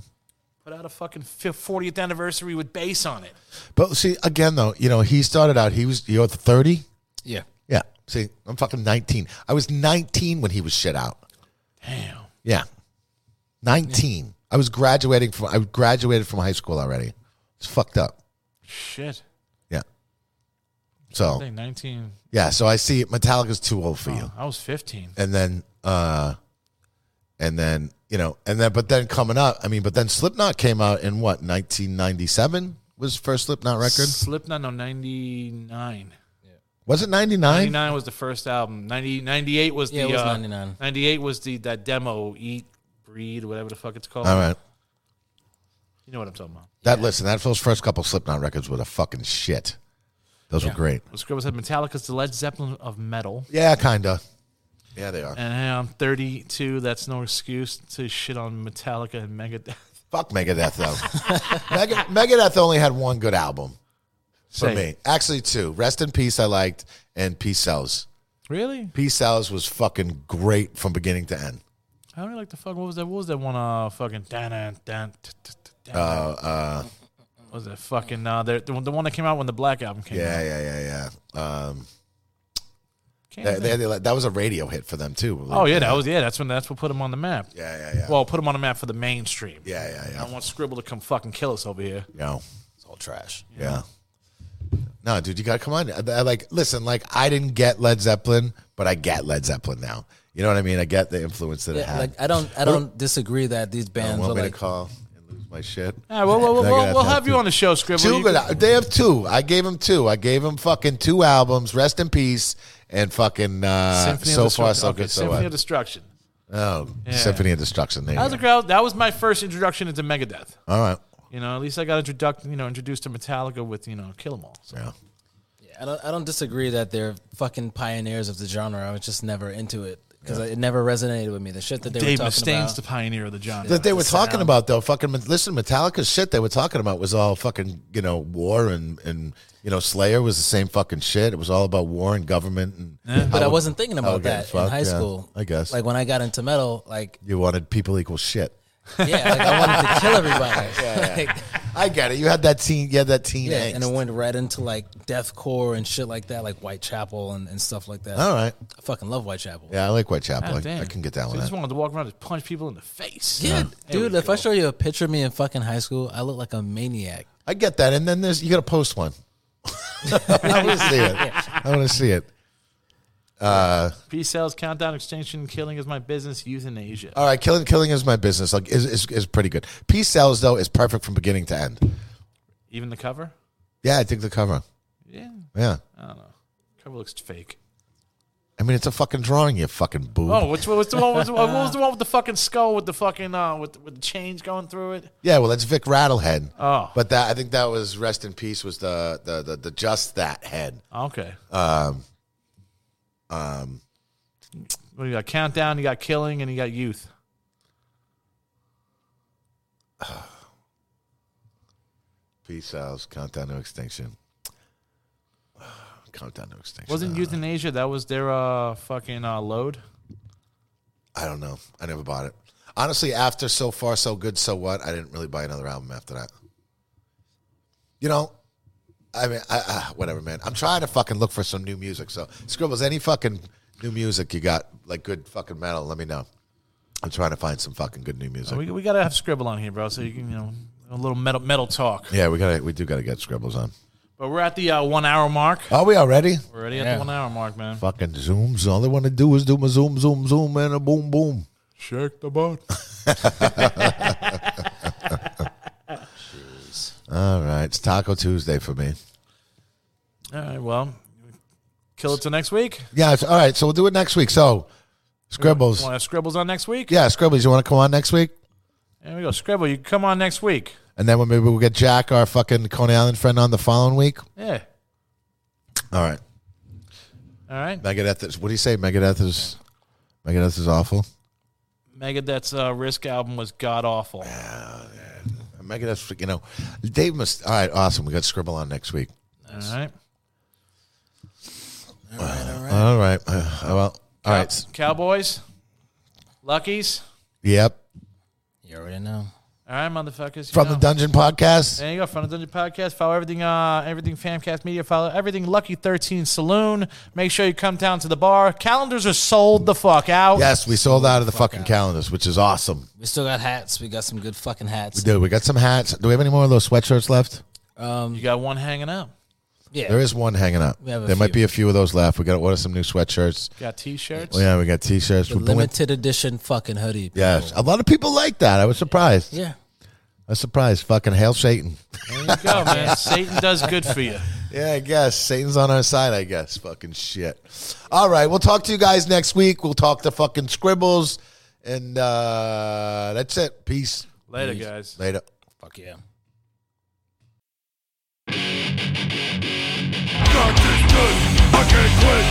Speaker 4: put out a fucking fif- 40th anniversary with bass on it.
Speaker 3: But see, again though, you know, he started out. He was you're thirty.
Speaker 5: Yeah,
Speaker 3: Yeah. See, I'm fucking nineteen. I was nineteen when he was shit out.
Speaker 4: Damn.
Speaker 3: Yeah. Nineteen. I was graduating from. I graduated from high school already. It's fucked up.
Speaker 4: Shit.
Speaker 3: Yeah. So Oh.
Speaker 4: Dang, 19.
Speaker 3: yeah. So I see Metallica's too old for you.
Speaker 4: oh, I was 15.
Speaker 3: and then uh and then you know and then but then coming up i mean but then slipknot came out in what 1997 was first slipknot record
Speaker 4: Slipknot, no, 99.
Speaker 3: was it 99
Speaker 4: 99 was the first album. 90, 98 was
Speaker 5: Yeah,
Speaker 4: the.
Speaker 5: it was
Speaker 4: uh,
Speaker 5: 99.
Speaker 4: 98 was the that demo, Eat, Breed, whatever the fuck it's called.
Speaker 3: all right
Speaker 4: You know what I'm talking about.
Speaker 3: that listen that those first couple slipknot records were the fucking shit those were great
Speaker 4: The script said Metallica's the Led Zeppelin of metal.
Speaker 3: yeah kinda yeah they are
Speaker 4: And hey, I'm 32. That's no excuse to shit on Metallica and Megadeth.
Speaker 3: fuck megadeth
Speaker 4: <laughs>
Speaker 3: though Mega, megadeth only had one good album <laughs> for
Speaker 4: Same.
Speaker 3: me actually two rest in peace i liked and peace sells
Speaker 4: Really?
Speaker 3: peace sells was fucking great from beginning to end
Speaker 4: I don't really like the fuck. What was that? What was that one? Uh, fucking dan dan dan. t- t- t- dan-
Speaker 3: Uh,
Speaker 4: What was that fucking uh, the the one the one that came out when the Black album came out?
Speaker 3: yeah yeah yeah yeah um
Speaker 4: Can't
Speaker 3: They,
Speaker 4: think.
Speaker 3: they, they, that was a radio hit for them too.
Speaker 4: oh yeah, that was yeah. That's when that's what put him on the map.
Speaker 3: yeah, yeah, yeah,
Speaker 4: Well, put him on the map for the mainstream.
Speaker 3: yeah, yeah,
Speaker 4: I
Speaker 3: yeah.
Speaker 4: don't want Scribble to come fucking kill us over here.
Speaker 3: No,
Speaker 5: it's all trash.
Speaker 3: yeah. No, dude, you gotta come on. I, I like, listen, like I didn't get Led Zeppelin, but I get Led Zeppelin now. You know what I mean? I get the influence that it
Speaker 5: Yeah,
Speaker 3: had.
Speaker 5: like I don't, I don't disagree that these bands
Speaker 3: want
Speaker 5: are
Speaker 3: me
Speaker 5: like
Speaker 3: to call and lose my shit?
Speaker 4: All right, well, well, well,
Speaker 3: They're
Speaker 4: we'll,
Speaker 3: gonna
Speaker 4: we'll
Speaker 3: to
Speaker 4: have you
Speaker 3: two-
Speaker 4: on the show, Scribble.
Speaker 3: Two
Speaker 4: You
Speaker 3: good.
Speaker 4: can-
Speaker 3: al- They have two. I gave him two. I gave him fucking two albums. Rest in peace and fucking uh,
Speaker 4: Symphony
Speaker 3: so
Speaker 4: of
Speaker 3: far
Speaker 4: Destruction.
Speaker 3: so
Speaker 4: Okay,
Speaker 3: good. So
Speaker 4: Symphony of
Speaker 3: what?
Speaker 4: Destruction.
Speaker 3: oh, Symphony of Destruction. There you
Speaker 4: That was a
Speaker 3: go.
Speaker 4: crowd. That was my first introduction into Megadeth.
Speaker 3: All right.
Speaker 4: You know, at least I got introduced, you know, introduced to Metallica with you know Kill 'Em All. So.
Speaker 3: Yeah.
Speaker 5: I don't, I don't disagree that they're fucking pioneers of the genre. I was just never into it because it never resonated with me. The shit that they
Speaker 4: Dave
Speaker 5: were talking
Speaker 4: Mustaine's
Speaker 5: about.
Speaker 4: the pioneer of the genre.
Speaker 3: that they were talking about though fucking listen metallica's shit they were talking about was all fucking you know war and and you know slayer was the same fucking shit it was all about war and government and
Speaker 5: but I wasn't thinking
Speaker 3: I
Speaker 5: about
Speaker 3: would get
Speaker 5: that in
Speaker 3: fucked,
Speaker 5: high
Speaker 3: Oh, yeah,
Speaker 5: school.
Speaker 3: I guess.
Speaker 5: Like when I got into metal, like
Speaker 3: you wanted people equal shit
Speaker 5: yeah, like I wanted to
Speaker 3: <laughs>
Speaker 5: kill everybody. Like,
Speaker 3: i get it you had that teen you had that teen
Speaker 5: yeah,
Speaker 3: angst.
Speaker 5: and it went right into like deathcore and shit like that, like Whitechapel and, and stuff like that.
Speaker 3: all right
Speaker 5: I fucking love Whitechapel.
Speaker 3: yeah i like
Speaker 5: Ah,
Speaker 3: whitechapel
Speaker 4: God
Speaker 3: I,
Speaker 4: damn.
Speaker 3: I can get down
Speaker 4: So
Speaker 3: with
Speaker 4: you
Speaker 3: that
Speaker 4: just wanted to walk around and punch people in the face.
Speaker 5: Yeah,
Speaker 4: There
Speaker 5: dude.
Speaker 4: we
Speaker 5: If I
Speaker 4: go.
Speaker 5: show you a picture of me in fucking high school, I look like a maniac.
Speaker 3: i get that and then there's you gotta post one <laughs> i want to see it i want to see it
Speaker 4: Peace sales, countdown, extinction, killing is my business, euthanasia.
Speaker 3: all right killing killing is my business like is, is, is pretty good peace sells though is perfect from beginning to end
Speaker 4: Even the cover?
Speaker 3: yeah i think the cover
Speaker 4: Yeah.
Speaker 3: yeah
Speaker 4: I don't know. Cover looks fake.
Speaker 3: I mean, it's a fucking drawing, you fucking boob.
Speaker 4: Oh, which what's the one? What's, what was
Speaker 3: <laughs>
Speaker 4: the one with the fucking skull with the fucking uh with with the chains going through it?
Speaker 3: Yeah, well, that's Vic Rattlehead.
Speaker 4: Oh.
Speaker 3: but that I think that was rest in peace was the the the, the just that head.
Speaker 4: Okay. Um. Um. What do you got? Countdown. You got killing, and you got youth.
Speaker 3: Peace out. Countdown to extinction. <sighs> Countdown to extinction.
Speaker 4: Wasn't euthanasia that was their uh fucking uh load?
Speaker 3: I don't know. I never bought it. Honestly, after so far so good, so what? I didn't really buy another album after that. You know, I mean, I, I, whatever, man. I'm trying to fucking look for some new music. So, Scribbles, any fucking new music you got, like good fucking metal, let me know. I'm trying to find some fucking good new music.
Speaker 4: We, we gotta have scribble on here, bro. So you can you know a little metal metal talk.
Speaker 3: yeah, we gotta, we do gotta get Scribbles on.
Speaker 4: But we're at the uh, one hour mark.
Speaker 3: Are we already?
Speaker 4: We're already at
Speaker 5: Yeah.
Speaker 4: the one hour mark, man.
Speaker 3: Fucking zooms. All they want to do is do my zoom, zoom, zoom, and a boom, boom.
Speaker 4: Shake the boat.
Speaker 3: All right, it's Taco Tuesday for me.
Speaker 4: All right. Well, kill it till next week.
Speaker 3: Yeah, it's, all right. So we'll do it next week. So, Scribbles.
Speaker 4: Want to scribbles on next week?
Speaker 3: Yeah, Scribbles, you want to come on next week?
Speaker 4: There we go. Scribble, you can come on next week.
Speaker 3: And then when maybe we'll get Jack, our fucking Coney Island friend, on the following week.
Speaker 4: Yeah.
Speaker 3: All right.
Speaker 4: All right.
Speaker 3: Megadeth is, what do you say? Megadeth is, Megadeth is awful.
Speaker 4: Megadeth's uh, Risk album was god awful.
Speaker 3: Megadeth, you know, Dave must, all right, awesome. We got Scribble on next week.
Speaker 4: All right.
Speaker 3: All right. Uh, well, all right.
Speaker 4: Cowboys, Luckies.
Speaker 3: Yep.
Speaker 5: You already know.
Speaker 4: All right, motherfuckers. you
Speaker 3: From the
Speaker 4: know.
Speaker 3: Dungeon Podcast.
Speaker 4: There you go, Front of Dungeon Podcast. Follow everything, uh, everything Famcast Media. Follow everything Lucky 13 Saloon. Make sure you come down to the bar. Calendars are sold the fuck out.
Speaker 3: Yes, we sold out of the fucking calendars, which is awesome.
Speaker 5: We still got hats. We got some good fucking hats.
Speaker 3: Dude, we got some hats. Do we have any more of those sweatshirts left?
Speaker 4: You got one hanging out.
Speaker 5: Yeah.
Speaker 3: There is one hanging up.
Speaker 5: We have
Speaker 3: There
Speaker 5: a
Speaker 3: might
Speaker 5: few.
Speaker 3: be a few of those left. We got to order some new sweatshirts.
Speaker 4: Got t shirts.
Speaker 3: Well, yeah, we got t-shirts.
Speaker 5: the
Speaker 3: We've been with-
Speaker 5: limited edition fucking hoodie. people.
Speaker 3: yes, a lot of people like that. I was surprised.
Speaker 5: Yeah.
Speaker 3: I was surprised. Fucking hail Satan.
Speaker 4: There you go, man. Satan does good for you.
Speaker 3: <laughs> Yeah, I guess Satan's on our side. I guess. Fucking shit. All right, we'll talk to you guys next week. We'll talk the fucking scribbles, and uh that's it. Peace.
Speaker 4: Later, guys.
Speaker 3: Later.
Speaker 5: Fuck yeah.
Speaker 6: Not this good, I can't quit.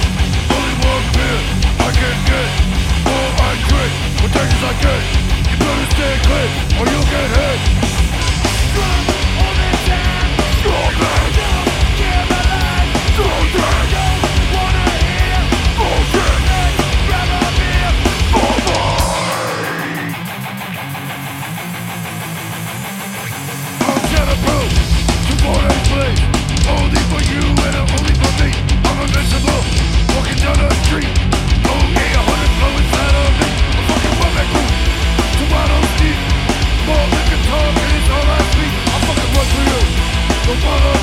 Speaker 6: Only one beer I can get. All I quit, what chances I get. You better stay clean or you'll get hit. Stop it. Don't drink. Bullshit. I'm bulletproof, two for eight blades. Only for you and only for me. I'm invincible, walking down the street. Oh yeah, a hundred flow inside of me. I'm fucking one man group, two bottles deep. More than guitar, and it's all I speak. I fucking run for you, don't follow